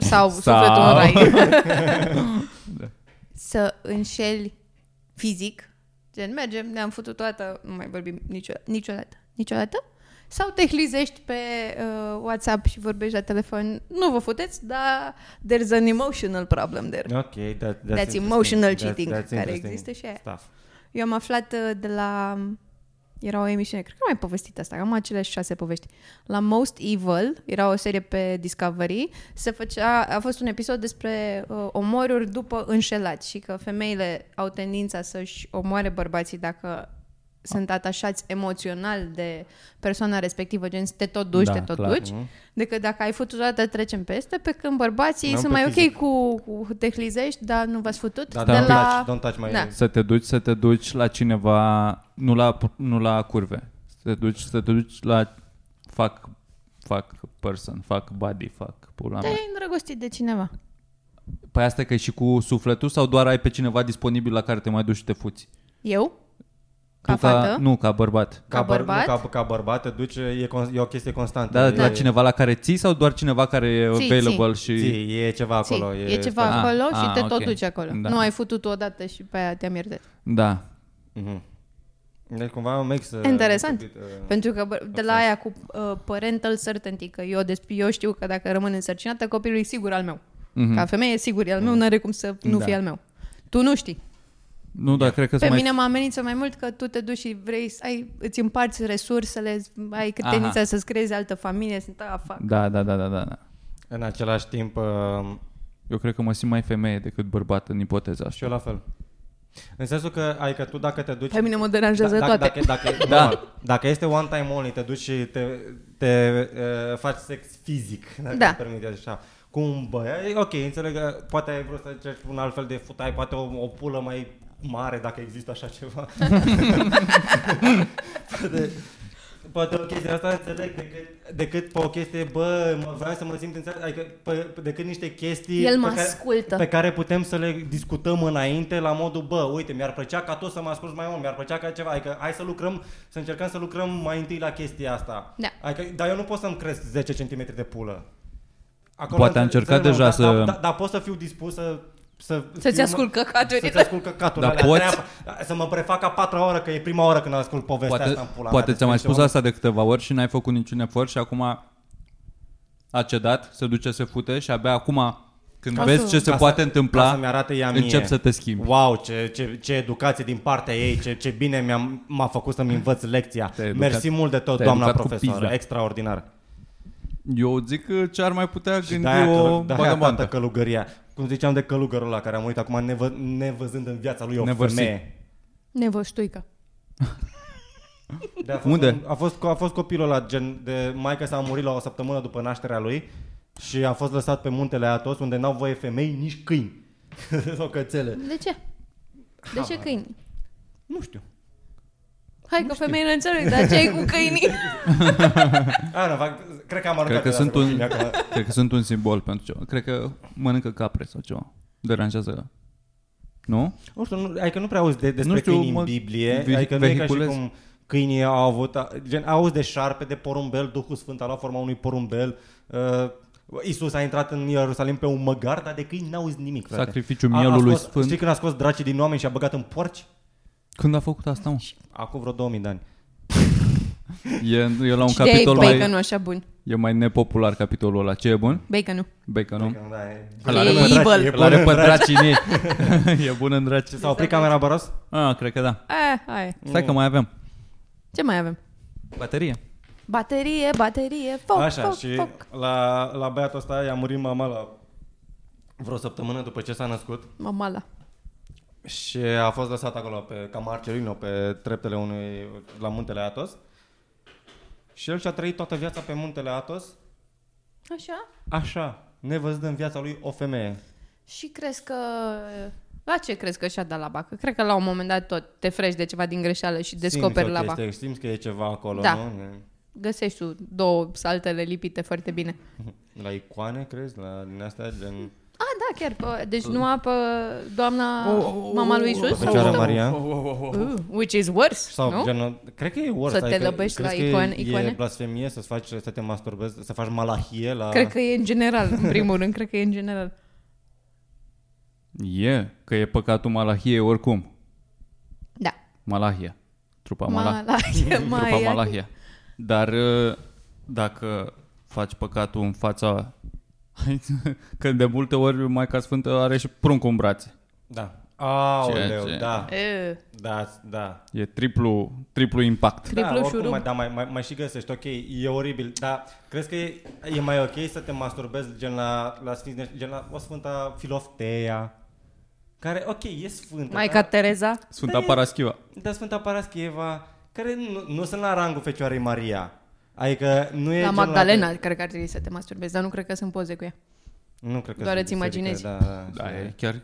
Speaker 3: Sau, sufletul în rai? Să înșeli fizic, gen mergem, ne-am făcut toată, nu mai vorbim niciodată, niciodată, niciodată. Sau te hlizești pe uh, WhatsApp și vorbești la telefon. Nu vă futeți, dar there's an emotional problem there.
Speaker 4: ok, that, that's,
Speaker 3: That's
Speaker 4: interesting.
Speaker 3: emotional
Speaker 4: That-
Speaker 3: cheating, care
Speaker 4: that's interesting
Speaker 3: există și aia.
Speaker 4: Stuff.
Speaker 3: Eu am aflat uh, de la... Era o emisiune, cred că am mai povestit asta, că am aceleași șase povești. La Most Evil, era o serie pe Discovery, se făcea, a fost un episod despre uh, omoruri după înșelați și că femeile au tendința să-și omoare bărbații dacă
Speaker 4: Ah.
Speaker 3: sunt atașați emoțional de persoana respectivă, gen te tot duci,
Speaker 2: Da,
Speaker 3: da, te tot
Speaker 2: clar.
Speaker 3: clar. duci, decât dacă ai futut odată trecem peste, pe când bărbații
Speaker 4: Nu,
Speaker 3: sunt
Speaker 4: pe
Speaker 3: mai
Speaker 4: fizic.
Speaker 3: ok cu, cu te hlizești, dar nu v-ați futut.
Speaker 4: Da,
Speaker 3: de
Speaker 4: don't,
Speaker 3: la...
Speaker 4: touch, don't touch my...
Speaker 3: Da.
Speaker 2: Să te duci, să te duci la cineva, nu la, nu la curve. Să te duci, să te duci la fac, fac person, fac body, fac pula mea.
Speaker 3: Te-ai îndrăgostit de cineva.
Speaker 2: Păi asta e că e și cu sufletul sau doar ai pe cineva disponibil la care te mai duci și te fuți?
Speaker 3: Eu? Ca
Speaker 2: Tu
Speaker 3: fată?
Speaker 2: Nu, ca bărbat.
Speaker 3: Ca
Speaker 4: băr-
Speaker 3: bărbat?
Speaker 4: nu, ca, ca bărbat te duci, e, con- e o chestie constantă.
Speaker 2: Da,
Speaker 4: e,
Speaker 2: la cineva la care ții sau doar cineva care e
Speaker 3: Ții,
Speaker 2: available și...
Speaker 4: Zi, e ceva acolo.
Speaker 3: Ții, e, ceva
Speaker 2: special.
Speaker 3: acolo
Speaker 2: Ah,
Speaker 3: și
Speaker 2: ah,
Speaker 3: te tot
Speaker 2: ok.
Speaker 3: duci acolo.
Speaker 2: Da.
Speaker 3: Nu ai futut odată și pe aia te-am iertat.
Speaker 2: Da.
Speaker 4: Mhm. Deci cumva makes... uh,
Speaker 3: Interesant.
Speaker 4: a bit, uh,
Speaker 3: Pentru că bă- de la aia cu uh, parental certainty, că eu, despre, eu știu că dacă rămân însărcinată, copilul e sigur al meu. Mm-hmm. Ca femeie e sigur e al meu, mm-hmm. n-are cum să
Speaker 2: Mhm. Da.
Speaker 3: nu da. fie al meu. Tu nu știi.
Speaker 2: Nu, dar cred că
Speaker 3: Pe
Speaker 2: sunt mai
Speaker 3: mine mă amenință mai mult că tu te duci și vrei să ai, îți împarți resursele, ai
Speaker 2: Aha.
Speaker 3: câtenița să-ți creezi altă familie, sunt a fac.
Speaker 2: Da, da, da, da, da, da.
Speaker 4: În același timp, uh,
Speaker 2: Eu cred că mă simt mai femeie decât bărbat în ipoteza asta.
Speaker 4: și eu la fel. În sensul că, adică tu dacă te duci...
Speaker 3: Pe mine mă deranjează
Speaker 4: dacă,
Speaker 3: toate.
Speaker 4: Dacă, dacă,
Speaker 2: Da.
Speaker 4: da. dacă este one time only, te duci și te, te uh, faci sex fizic, dacă
Speaker 3: Da.
Speaker 4: da. permite așa, cu un băiat, e ok, înțeleg că poate ai vrut să încerci un alt fel de futai, poate o, o pulă mai mare, dacă există așa ceva. poate, poate o chestie asta înțeleg decât, decât pe o chestie, bă, mă, vreau să mă simt înțeles, adică pe, pe, decât niște chestii
Speaker 3: El mă
Speaker 4: pe care,
Speaker 3: ascultă.
Speaker 4: pe care putem să le discutăm înainte la modul, bă, uite, mi-ar plăcea ca tu să mă asculți mai mult, mi-ar plăcea ca ceva, adică hai să lucrăm, să încercăm să lucrăm mai întâi la chestia asta.
Speaker 3: Da.
Speaker 4: Adică, dar eu nu pot să-mi cresc 10 cm de pulă. Acolo
Speaker 2: Poate a
Speaker 4: înțeleg-
Speaker 2: încercat
Speaker 4: înțeleg,
Speaker 2: deja
Speaker 4: Da, dar-
Speaker 2: să-
Speaker 4: Dar, dar, dar pot să fiu dispus să să
Speaker 8: Să-ți
Speaker 4: fiu-
Speaker 8: ascult căcaturile.
Speaker 4: Să-ți ascult căcaturile.
Speaker 2: Dar
Speaker 4: alea,
Speaker 2: poți?
Speaker 4: treaba- Să mă prefac a patra oră, că e prima oră când ascult povestea
Speaker 2: Poate,
Speaker 4: asta în pula mea,
Speaker 2: poate ți-am mai
Speaker 4: despre
Speaker 2: spus
Speaker 4: ce om-
Speaker 2: asta de câteva ori și n-ai făcut niciun efort și acum a cedat, se duce, se fute și abia acum când
Speaker 8: Ca
Speaker 2: vezi
Speaker 8: să-
Speaker 2: ce se
Speaker 4: ca să-
Speaker 2: poate
Speaker 4: ca
Speaker 2: întâmpla,
Speaker 4: să-mi arate ea mie.
Speaker 2: încep să te schimbi.
Speaker 4: Wow, ce, ce, ce educație din partea ei, ce, ce bine mi-a, m-a făcut să-mi învăț lecția.
Speaker 2: educat-
Speaker 4: Mersi mult de tot,
Speaker 2: te-ai
Speaker 4: doamna
Speaker 2: educat cu
Speaker 4: profesoară,
Speaker 2: pizda.
Speaker 4: extraordinar.
Speaker 2: Eu zic că ce ar mai putea
Speaker 4: Și
Speaker 2: gândi
Speaker 4: de-aia,
Speaker 2: o
Speaker 4: căl- de-aia toată
Speaker 2: vagabondă.
Speaker 4: călugăria. Cum ziceam de călugărul ăla care a murit acum nevă, nevăzând în viața lui o
Speaker 2: Nevărsit.
Speaker 4: femeie.
Speaker 8: Nevăștuica.
Speaker 4: De a fost
Speaker 2: Unde?
Speaker 4: Un, a, fost, co- a fost copilul ăla, gen de maica s-a murit la o săptămână după nașterea lui și a fost lăsat pe muntele Atos unde n-au voie femei, nici câini. sau cățele.
Speaker 3: De ce? De ce câini?
Speaker 4: Nu știu.
Speaker 3: Hai că femeile înțeleg, dar ce ai cu câinii?
Speaker 4: Ana, fac, cred că am
Speaker 2: Cred
Speaker 4: aruncat
Speaker 2: că,
Speaker 4: de la
Speaker 2: sunt
Speaker 4: asta
Speaker 2: un,
Speaker 4: cu câinii acum.
Speaker 2: cred că sunt un simbol pentru ceva. Cred că mănâncă capre sau ceva. Deranjează. Nu?
Speaker 4: Nu știu, nu, adică nu prea auzi de, despre
Speaker 2: Nu
Speaker 4: nu
Speaker 2: știu,
Speaker 4: știu, câinii
Speaker 2: mă,
Speaker 4: în Biblie,
Speaker 2: vi-
Speaker 4: adică nu e ca și
Speaker 2: vehiculez.
Speaker 4: cum câinii au avut, gen, auzi de șarpe, de porumbel, Duhul Sfânt a luat forma unui porumbel, uh, Isus a intrat în Ierusalim pe un măgar, dar de câini n-auzi nimic, frate.
Speaker 2: Sacrificiul
Speaker 4: A- a
Speaker 2: mielului
Speaker 4: scos,
Speaker 2: sfânt.
Speaker 4: Știi când a scos dracii din oameni și a băgat în porci?
Speaker 2: Când a făcut asta, mă?
Speaker 4: Acum vreo 2000 de ani.
Speaker 2: E, e la un
Speaker 3: Și de ai
Speaker 2: capitol mai,
Speaker 3: baconul așa bun.
Speaker 2: e mai nepopular capitolul ăla. Ce e bun?
Speaker 3: Baconul.
Speaker 2: Baconul.
Speaker 4: Da, e-
Speaker 2: Ăla
Speaker 3: E
Speaker 2: are pe draci-
Speaker 3: evil.
Speaker 4: E
Speaker 2: ăla are pe
Speaker 4: bun în draci.
Speaker 2: dracii în ei. E bun în draci.
Speaker 4: S-a oprit camera Baros?
Speaker 2: Ah, cred că da.
Speaker 3: Eh, hai.
Speaker 2: Stai că mai avem.
Speaker 3: Ce mai avem?
Speaker 2: Baterie.
Speaker 3: Baterie, baterie, foc,
Speaker 4: Așa,
Speaker 3: foc,
Speaker 4: și
Speaker 3: foc.
Speaker 4: la, la băiatul ăsta i-a murit mama la vreo săptămână după ce s-a născut.
Speaker 3: Mamala.
Speaker 4: Și a fost lăsat acolo pe ca Marcelino pe treptele unui la muntele Atos. Și el și-a trăit toată viața pe muntele Atos,
Speaker 3: Așa?
Speaker 4: așa, nevăzând în viața lui o femeie.
Speaker 3: Și crezi că... La ce crezi că și-a dat la bacă? Cred că la un moment dat tot te frești de ceva din greșeală și
Speaker 4: Simți
Speaker 3: descoperi
Speaker 4: o
Speaker 3: la bacă.
Speaker 4: chestie, Simți că e ceva acolo,
Speaker 3: Da.
Speaker 4: nu?
Speaker 3: Găsești tu două saltele lipite foarte bine.
Speaker 4: La icoane, crezi? La din astea, gen...
Speaker 3: A, da, chiar. Pă, deci nu apă doamna
Speaker 4: Oh,
Speaker 3: mama lui Isus?
Speaker 4: Fecioară Maria?
Speaker 3: Which is worse,
Speaker 4: Sau
Speaker 3: nu?
Speaker 4: genul, cred că e worse.
Speaker 3: Să te lăbești
Speaker 4: crezi
Speaker 3: la
Speaker 4: că
Speaker 3: icoane-
Speaker 4: e,
Speaker 3: icoane?
Speaker 4: E blasfemie să-ți faci, să te masturbezi, să faci malahie la...
Speaker 3: Cred că e în general, în primul rând, cred că e în general.
Speaker 2: E, că e păcatul Malahiei oricum.
Speaker 3: Da.
Speaker 2: Malahia. Trupa Malahia.
Speaker 3: Malahia,
Speaker 2: Trupa
Speaker 3: Maia.
Speaker 2: Malahia. Dar uh, dacă faci păcatul în fața... Că de multe ori Maica Sfântă are și pruncul în brațe.
Speaker 4: Da. Aoleu,
Speaker 2: Ceea ce-
Speaker 4: da,
Speaker 3: E,
Speaker 4: da, da.
Speaker 2: E triplu, triplu impact.
Speaker 3: Triplu
Speaker 4: da,
Speaker 3: șurub.
Speaker 4: oricum, mai, da, mai, mai, mai și găsești, ok, e oribil, dar crezi că e, e mai ok să te masturbezi gen la, la sfinți, gen la o sfânta Filoftea, care, ok, e sfântă,
Speaker 3: Maica
Speaker 4: dar,
Speaker 3: Tereza.
Speaker 2: Sfânta Paraschiva.
Speaker 4: dar sfânta Parascheva, care nu, nu sunt la rangul Fecioarei Maria. Adică nu e
Speaker 3: La
Speaker 4: gen
Speaker 3: Magdalena, cred că ar trebui să te masturbezi, dar nu cred că sunt poze cu ea.
Speaker 4: La, nu cred că
Speaker 3: Doar
Speaker 4: sunt
Speaker 3: îți
Speaker 4: biserică,
Speaker 3: imaginezi.
Speaker 4: Da, da,
Speaker 2: Da,
Speaker 4: și-
Speaker 2: e chiar...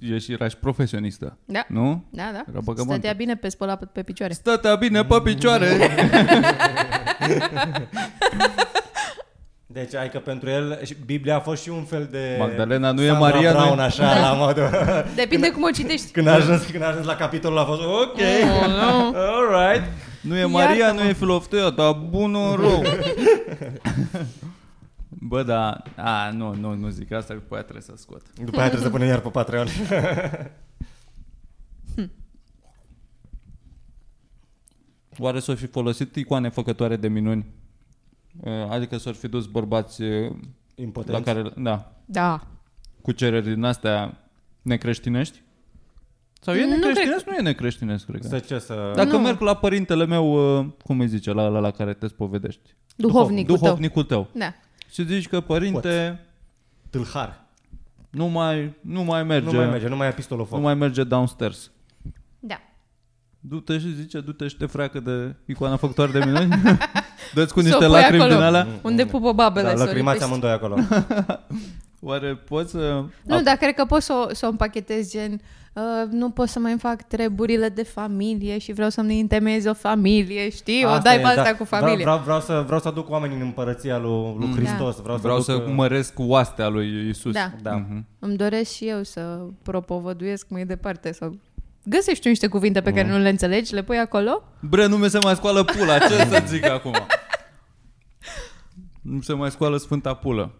Speaker 2: E și era și profesionistă.
Speaker 3: Da.
Speaker 2: Nu?
Speaker 3: Da, da.
Speaker 2: Era băgămantă.
Speaker 3: Stătea bine pe spăla pe- pe picioare.
Speaker 2: Stătea bine pe picioare.
Speaker 4: Deci, adică pentru el, și Biblia a fost și un fel de...
Speaker 2: Magdalena nu e
Speaker 4: Sandra
Speaker 2: Maria, nu e-
Speaker 4: Brown, așa, la modul...
Speaker 3: Depinde cum o citești. Oh,
Speaker 4: Când a ajuns, când a ajuns la capitolul a fost, ok,
Speaker 3: Da.
Speaker 4: alright.
Speaker 2: Nu e Maria, nu e filoftea, dar bun în rău. Bă, da, a, nu, nu, nu zic asta, că după aia trebuie să scot.
Speaker 4: După aia trebuie să punem iar pe Patreon.
Speaker 2: Oare s-o fi folosit icoane făcătoare de minuni? Eh, Adică s-or fi dus bărbați eh, la
Speaker 4: Impotent.
Speaker 2: care, da,
Speaker 3: Da.
Speaker 2: cu cereri din astea necreștinești? Sau e
Speaker 3: Nu
Speaker 2: necreștinesc? Nu, e necreștinesc, cred că.
Speaker 4: Să ce să...
Speaker 2: Dacă
Speaker 3: Nu.
Speaker 2: merg la părintele meu, eh, cum îi zice, la la, la care te spovedești?
Speaker 3: Duhovnicul tău.
Speaker 2: Duhovnicul tău.
Speaker 3: Da.
Speaker 2: Și zici că părinte,
Speaker 4: Tâlhar.
Speaker 2: nu mai, nu mai merge.
Speaker 4: Nu mai merge, nu mai e pistolul foc.
Speaker 2: nu mai merge downstairs.
Speaker 3: Da.
Speaker 2: Du-te și zice, du-te și te freacă de icoana făcătoare de minuni. Dă-ți cu
Speaker 3: Să o
Speaker 2: niște
Speaker 3: pui
Speaker 2: lacrimi
Speaker 3: acolo.
Speaker 2: din alea.
Speaker 3: Unde pupă babele.
Speaker 4: Da,
Speaker 3: să o
Speaker 4: lăcrimați
Speaker 3: lipești.
Speaker 4: amândoi acolo.
Speaker 2: Oare poți să...
Speaker 4: Da.
Speaker 3: Nu, dar cred că poți să, o- să o împachetezi gen uh, nu pot să mai fac treburile de familie și vreau să-mi întemeiez o familie, știi? o dai
Speaker 4: e,
Speaker 3: pe asta
Speaker 4: da.
Speaker 3: cu Da. familie.
Speaker 4: Vreau, vreau, vreau, să, vreau să aduc oamenii în împărăția lui, lui Hristos. Vreau,
Speaker 2: Vreau
Speaker 4: să uh,
Speaker 2: să Mhm.
Speaker 4: aduc...
Speaker 2: măresc oastea lui Isus.
Speaker 3: Da.
Speaker 4: Da.
Speaker 3: Îmi doresc și eu să propovăduiesc mai departe sau găsești tu niște cuvinte pe
Speaker 4: Mm.
Speaker 3: care nu le înțelegi, le pui acolo.
Speaker 2: Bre, nu mi se mai scoală pula, ce să zic acum? Nu se mai scoală Sfânta Pulă.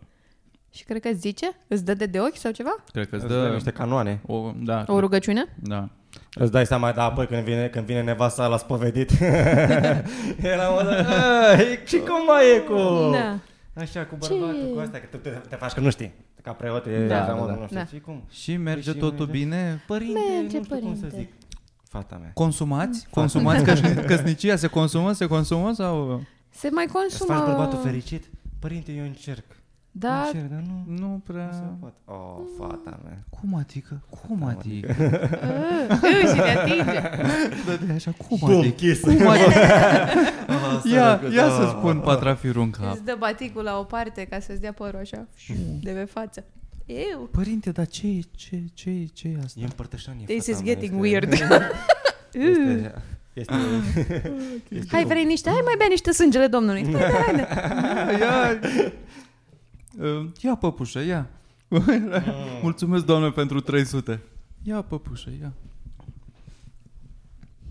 Speaker 3: Și cred că îți zice? Îți dă de, de ochi sau ceva?
Speaker 2: Cred că îți
Speaker 4: Îți dă
Speaker 2: dă...
Speaker 4: niște canoane.
Speaker 2: O, da,
Speaker 3: O rugăciune?
Speaker 2: da.
Speaker 4: Îți dai seama, da, apoi când vine, când vine nevasta la spovedit. Era mă, da, "Ei, și cum mai e cu...
Speaker 3: Da.
Speaker 4: Așa, cu bărbatul, cu astea, că tu te, te faci că nu știi. Ca preot e
Speaker 2: Da,
Speaker 4: da, așa,
Speaker 2: da,
Speaker 4: mă,
Speaker 2: da.
Speaker 4: nu știu.
Speaker 3: Da.
Speaker 4: Și cum?
Speaker 2: Și merge
Speaker 4: Păi Și
Speaker 2: totul
Speaker 4: merge.
Speaker 2: bine? Păi, Părinte,
Speaker 4: Merge, nu știu cum să zic. Fata mea.
Speaker 2: Consumați? Consumați căs- căsnicia? Se consumă? Se consumă? Sau...
Speaker 3: Se mai
Speaker 4: Îți
Speaker 3: consumă...
Speaker 4: faci bărbatul fericit? Părinte, eu încerc.
Speaker 3: Da,
Speaker 4: Încerc, dar nu...
Speaker 2: Nu
Speaker 4: Nu se
Speaker 2: prea...
Speaker 4: poate. Oh, fata mea.
Speaker 2: Cum adică? Cum adică?
Speaker 3: îi, și te atinge.
Speaker 2: Dă de așa, cum
Speaker 4: Bum,
Speaker 2: adică?
Speaker 4: kiss.
Speaker 2: Cum adică?
Speaker 4: Ah,
Speaker 2: Ia,
Speaker 4: sărăcut,
Speaker 2: ia
Speaker 4: ah.
Speaker 2: să da. spun patrafirul în
Speaker 4: Da.
Speaker 2: cap.
Speaker 3: Îți dă baticul la o parte ca să-ți dea părul așa,
Speaker 4: Mm.
Speaker 3: de pe față. Eu.
Speaker 2: Părinte, dar ce e, ce, e- ce, e- ce e asta?
Speaker 4: E împărtășanie.
Speaker 3: This
Speaker 4: fata
Speaker 3: is
Speaker 4: mea,
Speaker 3: getting
Speaker 4: este-
Speaker 3: weird.
Speaker 4: Este, este,
Speaker 3: Hai, vrei niște? Hai, mai bea niște sângele Domnului. Hai, hai, hai.
Speaker 2: ia, Uh, ia păpușă, ia. Ah. Mulțumesc, doamne, pentru 300. Ia păpușă, ia.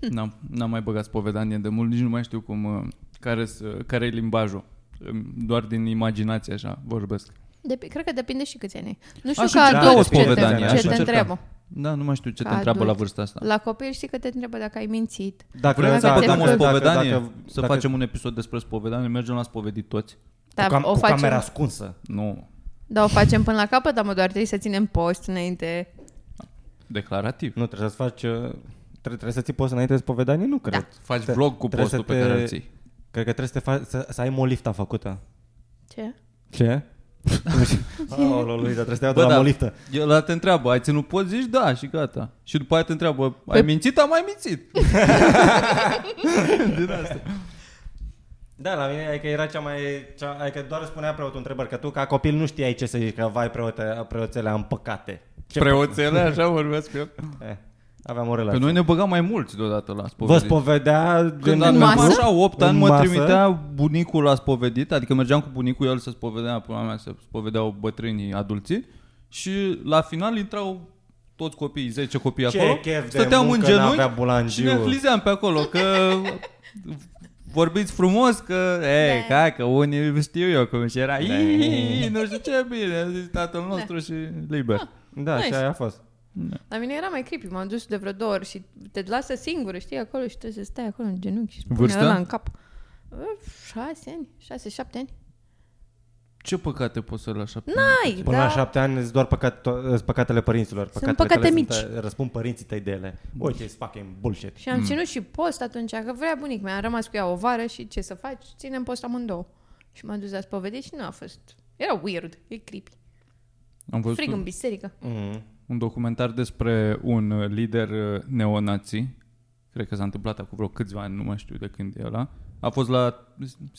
Speaker 2: N-am, n-am mai băgat spovedanie de mult, nici nu mai știu cum, uh, care, care e limbajul. Îmi- Doar din imaginație așa vorbesc.
Speaker 3: Dep- cred că depinde și câți ani ai. Nu știu
Speaker 2: Aș
Speaker 3: că
Speaker 2: încerca
Speaker 3: adulți
Speaker 2: o
Speaker 3: ce te,
Speaker 2: spovedanie, aș
Speaker 3: ce te
Speaker 2: încerca.
Speaker 3: întreabă.
Speaker 2: Da, nu mai știu ce
Speaker 3: Ca
Speaker 2: te întreabă la
Speaker 3: adult.
Speaker 2: vârsta asta.
Speaker 3: La copil știi că te întreabă dacă ai mințit.
Speaker 4: Păi, dacă,
Speaker 2: Vrem să
Speaker 3: dacă-
Speaker 2: băgăm Păi, o
Speaker 3: dacă-
Speaker 2: spovedanie, să facem un episod despre spovedanie, mergem la spovedit toți.
Speaker 3: Da,
Speaker 4: cu, cam,
Speaker 3: o
Speaker 4: cu
Speaker 3: facem,
Speaker 4: camera ascunsă.
Speaker 2: Nu,
Speaker 3: da, o facem până la capăt, dar mă doar trebuie să ținem post înainte.
Speaker 2: declarativ.
Speaker 4: Nu, trebuie să faci... uh, tre- Trebuie să ții post înainte de spovedanie?
Speaker 3: Da.
Speaker 4: Nu cred.
Speaker 2: Faci
Speaker 4: Tre-
Speaker 2: vlog cu
Speaker 4: trebuie
Speaker 2: postul
Speaker 4: să
Speaker 2: pe care îl ții.
Speaker 4: Cred că trebuie să, te faci, să, să ai molifta făcută.
Speaker 3: Ce?
Speaker 4: Ce? Aoleu, lui, dar Oh, trebuie să te iau de
Speaker 2: Bă,
Speaker 4: la
Speaker 2: da.
Speaker 4: moliftă.
Speaker 2: El ăla te întreabă, ai ținut poți, zici da și gata. Și după aia te întreabă, ai mințit, am mai mințit. Din asta.
Speaker 4: Da, la mine adică era cea mai... Cea, adică doar spunea preotul întrebări, că tu ca copil nu știai ce să zici, că vai preote, preoțele am păcate. Ce
Speaker 2: Preoțele, așa vorbesc eu.
Speaker 4: Eh, aveam o
Speaker 2: Pe
Speaker 4: relație.
Speaker 2: noi ne băgam mai mulți deodată la
Speaker 4: Vă
Speaker 2: spovedit.
Speaker 4: spovedea...
Speaker 2: Când
Speaker 4: gen-
Speaker 2: aveam
Speaker 3: masă?
Speaker 2: așa 8
Speaker 4: În
Speaker 2: ani, mă
Speaker 4: masă?
Speaker 2: trimitea bunicul la spovedit, adică mergeam cu bunicul, el se spovedea, până mea, se spovedeau bătrânii adulții și la final intrau toți copiii, 10 copii
Speaker 4: Ce
Speaker 2: acolo,
Speaker 4: chef de
Speaker 2: stăteam în
Speaker 4: muncă n-avea
Speaker 2: genunchi
Speaker 4: bulangiu.
Speaker 2: și ne hlizeam pe acolo, că vorbiți frumos, că, ei, da. hai, că unii știu eu cum și era, da. nu știu ce, bine, a zis tatăl nostru da. și liber.
Speaker 4: Da, și aia a fost.
Speaker 3: La mine era mai creepy, m-am dus de vreo două ori și te lasă singură, știi, acolo și trebuie să stai acolo în genunchi și pune
Speaker 2: Vârsta?
Speaker 3: ăla în cap. Uf, Șase ani, șase, șapte ani.
Speaker 2: Ce păcate poți să la șapte?
Speaker 3: Ai,
Speaker 4: Până
Speaker 3: da.
Speaker 4: la șapte ani sunt doar păcat, to- sunt păcatele părinților. Păcatele
Speaker 3: păcate
Speaker 4: tale
Speaker 3: mici.
Speaker 4: Sunt, răspund părinții tăi de ele. Uite, it's fucking bullshit.
Speaker 3: Și am mm. ținut și post atunci, că vrea bunic mi-a rămas cu ea o vară și ce să faci? Ținem post amândouă. Și m-am dus la spovedit și nu a fost. Era weird, e creepy.
Speaker 2: Am văzut
Speaker 3: Frig în biserică.
Speaker 4: Mm.
Speaker 2: un documentar despre un uh, lider uh, neonazi. Cred că s-a întâmplat acum vreo câțiva ani, nu mai știu de când e ăla. A fost la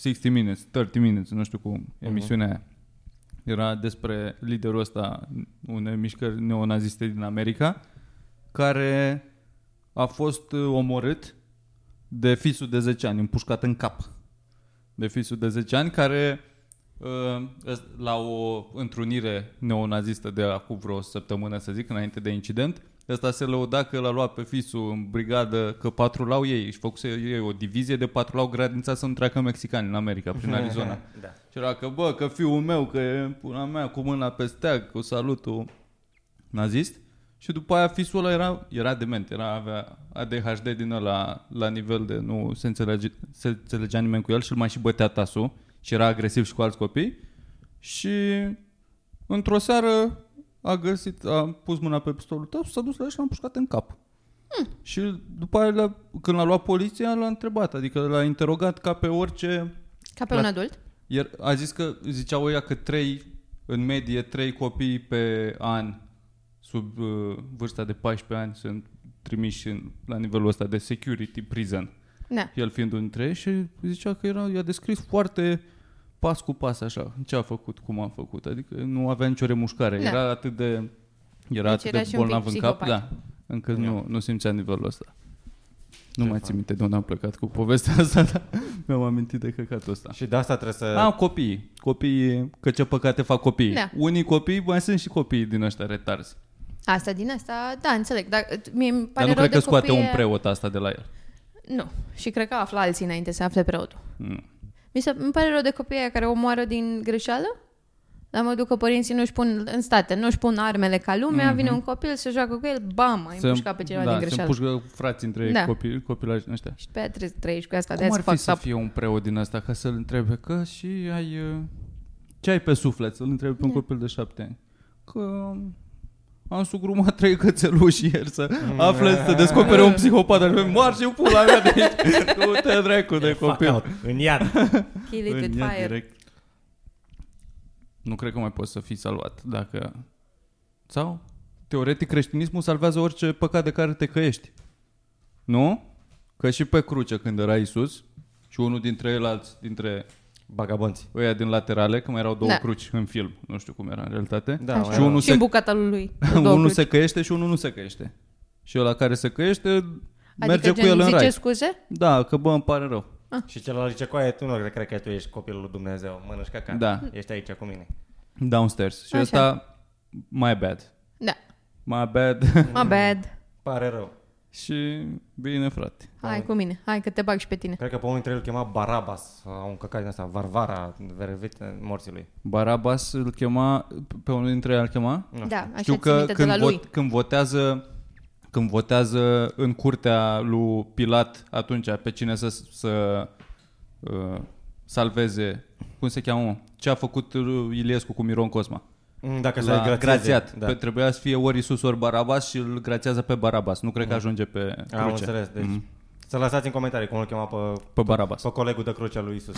Speaker 2: 60 Minutes, 30 Minutes, nu știu cum, emisiunea aia. Era despre liderul ăsta unei mișcări neonaziste din America, care a fost uh, omorât de fisul de 10 ani, împușcat în cap. De fisul de 10 ani care uh, ăs- la o întrunire neonazistă de acum vreo săptămână, să zic, înainte de incident, ăsta se lăuda că l-a luat pe fisul în brigadă, că patrulau ei, își făcuse ei o divizie de patrulau granița să nu treacă mexicani în America, prin Arizona.
Speaker 4: Da.
Speaker 2: Și era că, bă, că fiul meu, că e puna mea cu mâna pe steag, cu salutul nazist. Și după aia fisul ăla era, era dement, era, avea ADHD din ăla la nivel de nu se, înțelege, se înțelegea nimeni cu el și îl mai și bătea tasul și era agresiv și cu alți copii. Și într-o seară a găsit, a pus mâna pe pistolul tău, s-a dus la el și l-a împușcat în cap. Și după aia, l-a- când l-a luat poliția, l-a întrebat, adică l-a interogat ca pe orice
Speaker 3: Ca pe
Speaker 2: La-
Speaker 3: un adult?
Speaker 2: iar a zis că ziceau ăia că trei, în medie, trei copii pe an sub uh, vârsta de 14 ani sunt trimiși în, la nivelul ăsta de security prison.
Speaker 3: Da.
Speaker 2: El fiind un dintre ei și zicea că era, i-a descris foarte pas cu pas așa, ce a făcut, cum a făcut. Adică nu avea nicio remușcare.
Speaker 3: Da.
Speaker 2: Era atât de, era
Speaker 3: Deci
Speaker 2: atât
Speaker 3: era
Speaker 2: de
Speaker 3: și un pic
Speaker 2: bolnav în cap.
Speaker 3: psihopat.
Speaker 2: Da, încă nu, nu simțea nivelul ăsta. Nu mai țin minte de unde am plecat cu povestea asta, dar mi-am amintit de căcatul ăsta.
Speaker 4: Și de asta trebuie să...
Speaker 2: Ah, copiii. Copiii, că ce păcate fac copiii.
Speaker 3: Da.
Speaker 2: Unii copii, mai sunt și copiii din ăștia retarzi.
Speaker 3: Asta din asta, da, înțeleg. Dar t- mie îmi
Speaker 2: Dar
Speaker 3: pare
Speaker 2: nu
Speaker 3: rău
Speaker 2: cred că
Speaker 3: de
Speaker 2: scoate
Speaker 3: copii-
Speaker 2: un preot asta de la el.
Speaker 3: Nu. Și cred că află alții înainte să afle preotul.
Speaker 2: Mm.
Speaker 3: Mi se îmi pare rău de copiii aia care omoară din greșeală. Dar mă duc că părinții nu-și pun în state, nu-și pun armele ca lumea, mm-hmm. vine un copil, se joacă cu el, bam, ai împușcat pe cineva
Speaker 2: Mhm. da,
Speaker 3: din
Speaker 2: se
Speaker 3: greșeală.
Speaker 2: împușcă frații între da.
Speaker 3: Da.
Speaker 2: copii, copilaj ăștia.
Speaker 3: Și pe aia trebuie să trăiești cu asta, de
Speaker 2: Cum
Speaker 3: aia
Speaker 2: ar
Speaker 3: se
Speaker 2: fi să
Speaker 3: fac sap.
Speaker 2: fie un preot din asta ca să-l întrebe că și ai... uh, Ce ai pe suflet? Să-l întrebe
Speaker 3: Da.
Speaker 2: pe un copil de șapte ani. Că am sugrumat trei cățeluși ieri să afle, să descopere un psihopat. Dar noi, marș eu pula mea de aici. Nu te dracu de copil.
Speaker 4: În iad.
Speaker 3: Kill it
Speaker 2: În
Speaker 3: with
Speaker 2: ea
Speaker 3: fire.
Speaker 2: direct. Nu cred că mai poți să fii salvat dacă... Sau? Teoretic, creștinismul salvează orice păcat de care te căiești. Nu? Că și pe cruce când era Isus și unul dintre el alți, dintre
Speaker 4: Bagabonți.
Speaker 2: ăia din laterale, că mai erau două da.
Speaker 3: Da,
Speaker 2: cruci în film, nu știu cum era în realitate,
Speaker 4: Da,
Speaker 2: și
Speaker 4: mai
Speaker 2: unul,
Speaker 3: Și
Speaker 2: se,
Speaker 3: în bucata lui lui. cu două
Speaker 2: unul
Speaker 3: cruci.
Speaker 2: se căiește și unul nu se căiește. Și ăla care se căiește merge
Speaker 3: adică
Speaker 2: cu el
Speaker 3: gen,
Speaker 2: în
Speaker 3: zice
Speaker 2: rai.
Speaker 3: scuze?
Speaker 2: Da, că bă, îmi pare rău.
Speaker 4: Și celălalt zice, coaie, tu nu cred că tu ești copilul lui Dumnezeu, mănânci caca.
Speaker 2: Da.
Speaker 4: Ești aici cu mine.
Speaker 2: Downstairs. Și
Speaker 3: Așa.
Speaker 2: ăsta, my bad.
Speaker 3: Da.
Speaker 2: My bad.
Speaker 3: My bad.
Speaker 4: Pare rău.
Speaker 2: Și bine, frate.
Speaker 3: Hai cu mine. Hai că te bag și pe tine.
Speaker 4: Cred că pe unul dintre ei îl chema Barabas sau un căcat din asta, Varvara, verevit morții lui.
Speaker 2: Barabas îl chema, pe unul dintre ei îl chema?
Speaker 3: Da, așa
Speaker 2: Ah, Știu
Speaker 3: ți
Speaker 2: că
Speaker 3: minte de la
Speaker 2: când,
Speaker 3: lui.
Speaker 2: vot, când votează când votează în curtea lui Pilat atunci pe cine să, să uh, salveze, cum se cheamă, mă? ce a făcut uh, Iliescu cu Miron Cosma.
Speaker 4: Mm, Dacă să
Speaker 2: L-a
Speaker 4: grațieze.
Speaker 2: grațiat.
Speaker 4: Da.
Speaker 2: Pe, trebuia să fie ori Isus, ori Barabas și îl grațiază pe Barabas. Nu cred că ajunge pe cruce.
Speaker 4: Da.
Speaker 2: Mhm.
Speaker 4: Am înțeles, deci mm. să lăsați în comentarii cum îl chema pe,
Speaker 2: Pe Barabas.
Speaker 4: pe colegul de crucea lui Isus.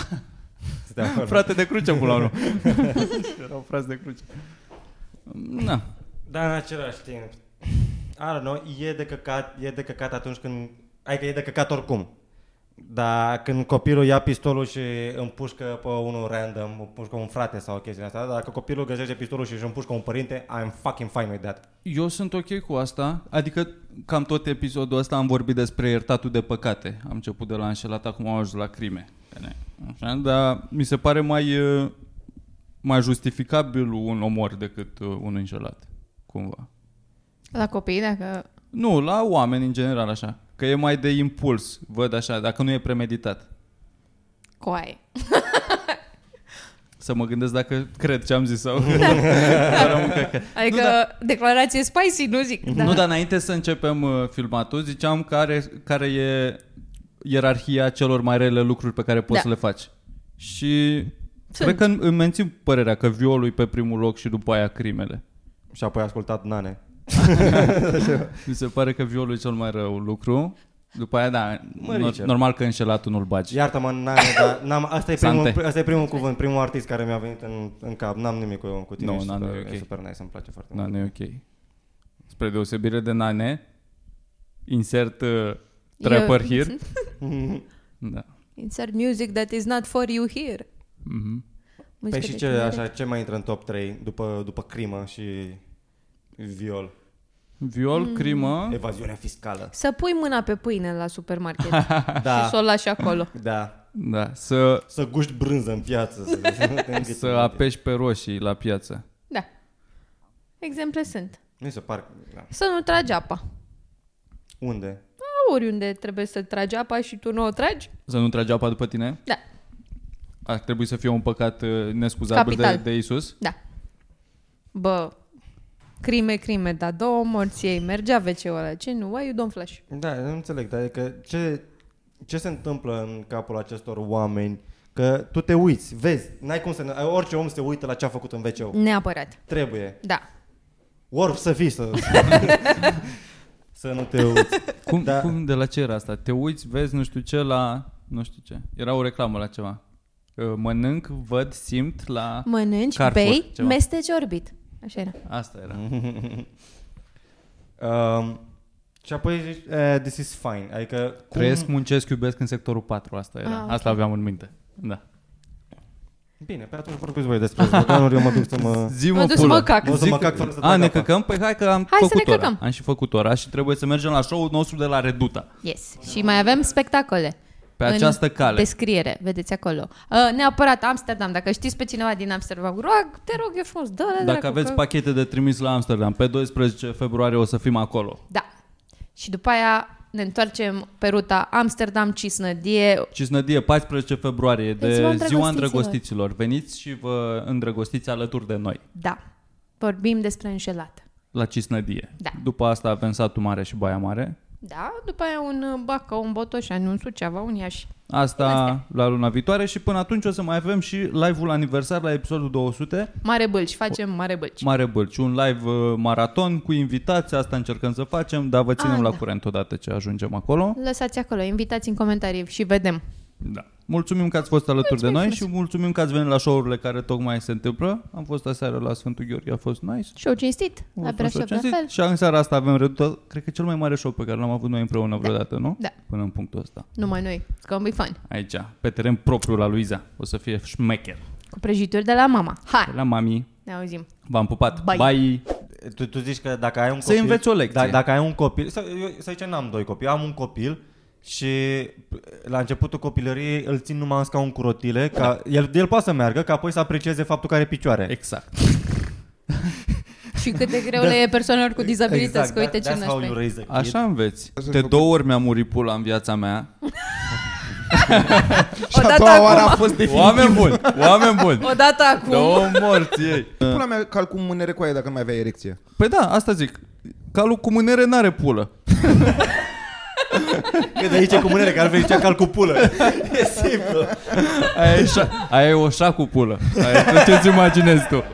Speaker 4: Să dea acolo.
Speaker 2: Frate de cruce, pula nu. Erau frați de cruce. Na,
Speaker 4: Dar în același timp, I don't know, e de căcat, e de căcat atunci când, adică e de căcat oricum. Dar când copilul ia pistolul și împușcă pe unul random, împușcă un frate sau chestia asta, dar dacă copilul găsește pistolul și își împușcă un părinte, I'm fucking fine with that.
Speaker 2: Eu sunt ok cu asta, adică cam tot episodul ăsta am vorbit despre iertatul de păcate. Am început de la înșelat, acum am ajuns la crime. Așa, dar mi se pare mai, uh, mai justificabil un omor decât uh, un înșelat, cumva.
Speaker 3: La copii, dacă...
Speaker 2: Nu, la oameni în general așa, că e mai de impuls, văd așa, dacă nu e premeditat.
Speaker 3: Coaie.
Speaker 2: Să mă gândesc dacă cred ce am zis sau...
Speaker 3: Adică declarație spicy, nu zic.
Speaker 2: Da. Nu, dar înainte să începem uh, filmatul, ziceam care, care e ierarhia celor mai rele lucruri pe care poți
Speaker 3: Da.
Speaker 2: să le faci. Și cred că îmi îmi mențin părerea că violul e pe primul loc și după aia crimele.
Speaker 4: Și apoi a ascultat Nane.
Speaker 2: Mi se pare că violul e cel mai rău lucru. După aia, da,
Speaker 4: Mărice.
Speaker 2: no- normal că înșelatul nu-l bagi.
Speaker 4: Iartă-mă, Nane, dar n-am, asta, e primul,
Speaker 2: Sante.
Speaker 4: asta e primul cuvânt, primul artist care mi-a venit în, în cap. N-am nimic cu, cu tine
Speaker 2: Nu,
Speaker 4: și
Speaker 2: Nane
Speaker 4: super,
Speaker 2: e ok.
Speaker 4: e super nice, îmi place foarte
Speaker 2: Da,
Speaker 4: mult.
Speaker 2: nu e ok. Spre deosebire de Nane, insert uh, trapper
Speaker 3: Eu-
Speaker 2: here. da.
Speaker 3: Insert music that is not for you here.
Speaker 2: Mhm.
Speaker 3: Muzică
Speaker 4: Păi și
Speaker 3: de
Speaker 4: ce,
Speaker 3: tineret.
Speaker 4: așa, ce mai intră în top 3 după, după crimă și viol?
Speaker 3: Mm.
Speaker 2: Viol, crimă...
Speaker 4: Evaziunea fiscală.
Speaker 3: Să pui mâna pe pâine la supermarket și
Speaker 4: Da,
Speaker 3: să o lași acolo.
Speaker 4: da.
Speaker 2: Da, să
Speaker 4: Să guști brânză în piață. Să, să, te înghiți
Speaker 2: Să
Speaker 4: în minte.
Speaker 2: apeși pe roșii la piață.
Speaker 3: Da. Exemple sunt.
Speaker 4: Nu se par... Da.
Speaker 3: Să nu tragi apa.
Speaker 4: Unde?
Speaker 3: Oriunde trebuie să tragi apa și tu nu o tragi.
Speaker 2: Să nu tragi apa după tine?
Speaker 3: Da,
Speaker 2: Ar trebui să fie un păcat uh, nescuzabil de,
Speaker 3: Capital.
Speaker 2: de Isus?
Speaker 3: da. Bă, crime, crime, dar două morți ei. Mergea WC-ul ăla. Ce nu? Why you don't flash?
Speaker 4: Da, nu înțeleg, dar adică ce, ce se întâmplă în capul acestor oameni? Că tu te uiți, vezi, n-ai cum să... ne- Orice om se uită la ce a făcut în
Speaker 3: Mm.
Speaker 4: wc
Speaker 3: Neapărat.
Speaker 4: Trebuie.
Speaker 3: Da.
Speaker 4: Orb să fii să... să nu te uiți.
Speaker 2: Cum, da.
Speaker 4: Da.
Speaker 2: cum de la ce era asta? Te uiți, vezi nu știu ce la... Nu știu ce. Era o reclamă la ceva. Uh, Mănânc, văd, simt la...
Speaker 3: Mănânci,
Speaker 2: Carrefour,
Speaker 3: bei,
Speaker 2: ceva.
Speaker 3: mesteci orbit. Așa era.
Speaker 2: Asta era.
Speaker 4: Mm. Um, și apoi zici, eh, this is fine. Adică cum...
Speaker 2: Trăiesc, muncesc, iubesc în sectorul 4. Asta era. Ah,
Speaker 3: Ah, ok.
Speaker 2: Asta aveam în minte. Da.
Speaker 4: Bine, pe atunci vorbiți voi despre zbocanuri, eu mă duc să mă...
Speaker 2: Zi
Speaker 3: Mă duc să mă cac.
Speaker 4: Mă duc să mă
Speaker 2: Zic-
Speaker 4: cac fără să
Speaker 2: A,
Speaker 4: trag
Speaker 2: ne
Speaker 4: apa.
Speaker 2: căcăm? Păi hai că am
Speaker 3: Hai să
Speaker 2: făcut
Speaker 3: ne
Speaker 2: ora.
Speaker 3: căcăm.
Speaker 2: Am și făcut ora și trebuie să mergem la show-ul nostru de la Reduta.
Speaker 3: Yes. Și mai avem spectacole.
Speaker 2: Pe
Speaker 3: În
Speaker 2: această cale.
Speaker 3: Descriere, vedeți acolo. Uh, neapărat Amsterdam, dacă știți pe cineva din Amsterdam, rog, te rog eu frumos, dă
Speaker 2: Dacă aveți pachete de trimis la Amsterdam, pe 12 februarie o să fim acolo.
Speaker 3: Da. Și după aia ne întoarcem pe ruta Amsterdam-Cisnădie.
Speaker 2: Cisnădie, 14 februarie, de
Speaker 3: ziua
Speaker 2: ziua, ziua
Speaker 3: Deci îndrăgostiților.
Speaker 2: îndrăgostiților. Veniți și vă îndrăgostiți alături de noi
Speaker 3: Da, vorbim despre înșelată.
Speaker 2: la Cisnădie.
Speaker 3: Da.
Speaker 2: După asta avem Satul Mare și Baia Mare.
Speaker 3: Da, după aia un uh, Bacău, un Botoșani, un Suceava, un Iași.
Speaker 2: Asta la luna viitoare și până atunci o să mai avem și live-ul aniversar la episodul 200,
Speaker 3: Mare Bâlci, facem Mare Bâlci.
Speaker 2: Mare Bâlci, un live uh, maraton cu invitați, asta încercăm să facem, dar vă ținem
Speaker 3: Ah,
Speaker 2: la
Speaker 3: da.
Speaker 2: curent odată ce ajungem acolo.
Speaker 3: Lăsați acolo, invitați în comentarii și vedem.
Speaker 2: Da. Mulțumim că ați fost alături de noi și mulțumim că ați venit la show-urile care tocmai se întâmplă. Am fost aseară la Sfântul Gheorghe, a fost nice.
Speaker 3: Și au cinstit,
Speaker 2: A
Speaker 3: la
Speaker 2: fost
Speaker 3: Brașov la
Speaker 2: cinstit.
Speaker 3: fel.
Speaker 2: Și în seara asta avem redută, cred că cel mai mare show pe care l-am avut noi împreună vreodată, nu?
Speaker 3: Da.
Speaker 2: Până în punctul ăsta.
Speaker 3: Numai noi, că be fun.
Speaker 2: Aici, pe teren propriu la Luiza. O să fie șmecher.
Speaker 3: Cu prăjituri de la mama.
Speaker 2: De
Speaker 3: Hai,
Speaker 2: la mami,
Speaker 3: ne auzim.
Speaker 2: v-am pupat.
Speaker 3: Bye.
Speaker 2: Bye.
Speaker 4: Tu, tu zici că dacă ai un
Speaker 2: Să
Speaker 4: copil...
Speaker 2: înveți o lecție.
Speaker 4: Da, dacă ai un copil... Să, eu, să zicem, n-am doi copii, am un copil și la începutul copilăriei îl țin numai în scaun cu rotile, ca,
Speaker 2: Da.
Speaker 4: el, el poate să meargă, ca apoi să aprecieze faptul că are picioare.
Speaker 2: Exact.
Speaker 3: Și cât de greu le e persoanelor cu dizabilități, că uite
Speaker 4: that-
Speaker 3: ce
Speaker 4: that's how you
Speaker 3: naște.
Speaker 4: raise a kid.
Speaker 2: Exact, da, Așa înveți.
Speaker 5: Asta
Speaker 2: De
Speaker 5: e
Speaker 2: două ori mi-am murit pula în viața mea.
Speaker 5: Și
Speaker 3: da,
Speaker 5: a doua oară a fost de
Speaker 2: Oameni buni, oameni buni.
Speaker 3: Odată acum.
Speaker 2: Două morți ei.
Speaker 5: Pula mea calc cu mânere cu aia dacă nu mai avea erecție.
Speaker 2: Păi da, asta zic. Calul cu mânere n-are pulă.
Speaker 4: Că de aici e cu mânere, că altfel zicea calcupulă. E simplu.
Speaker 2: Aia e, șa- aia e o șa cu pulă. Aia e tot ce-ți imaginezi tu.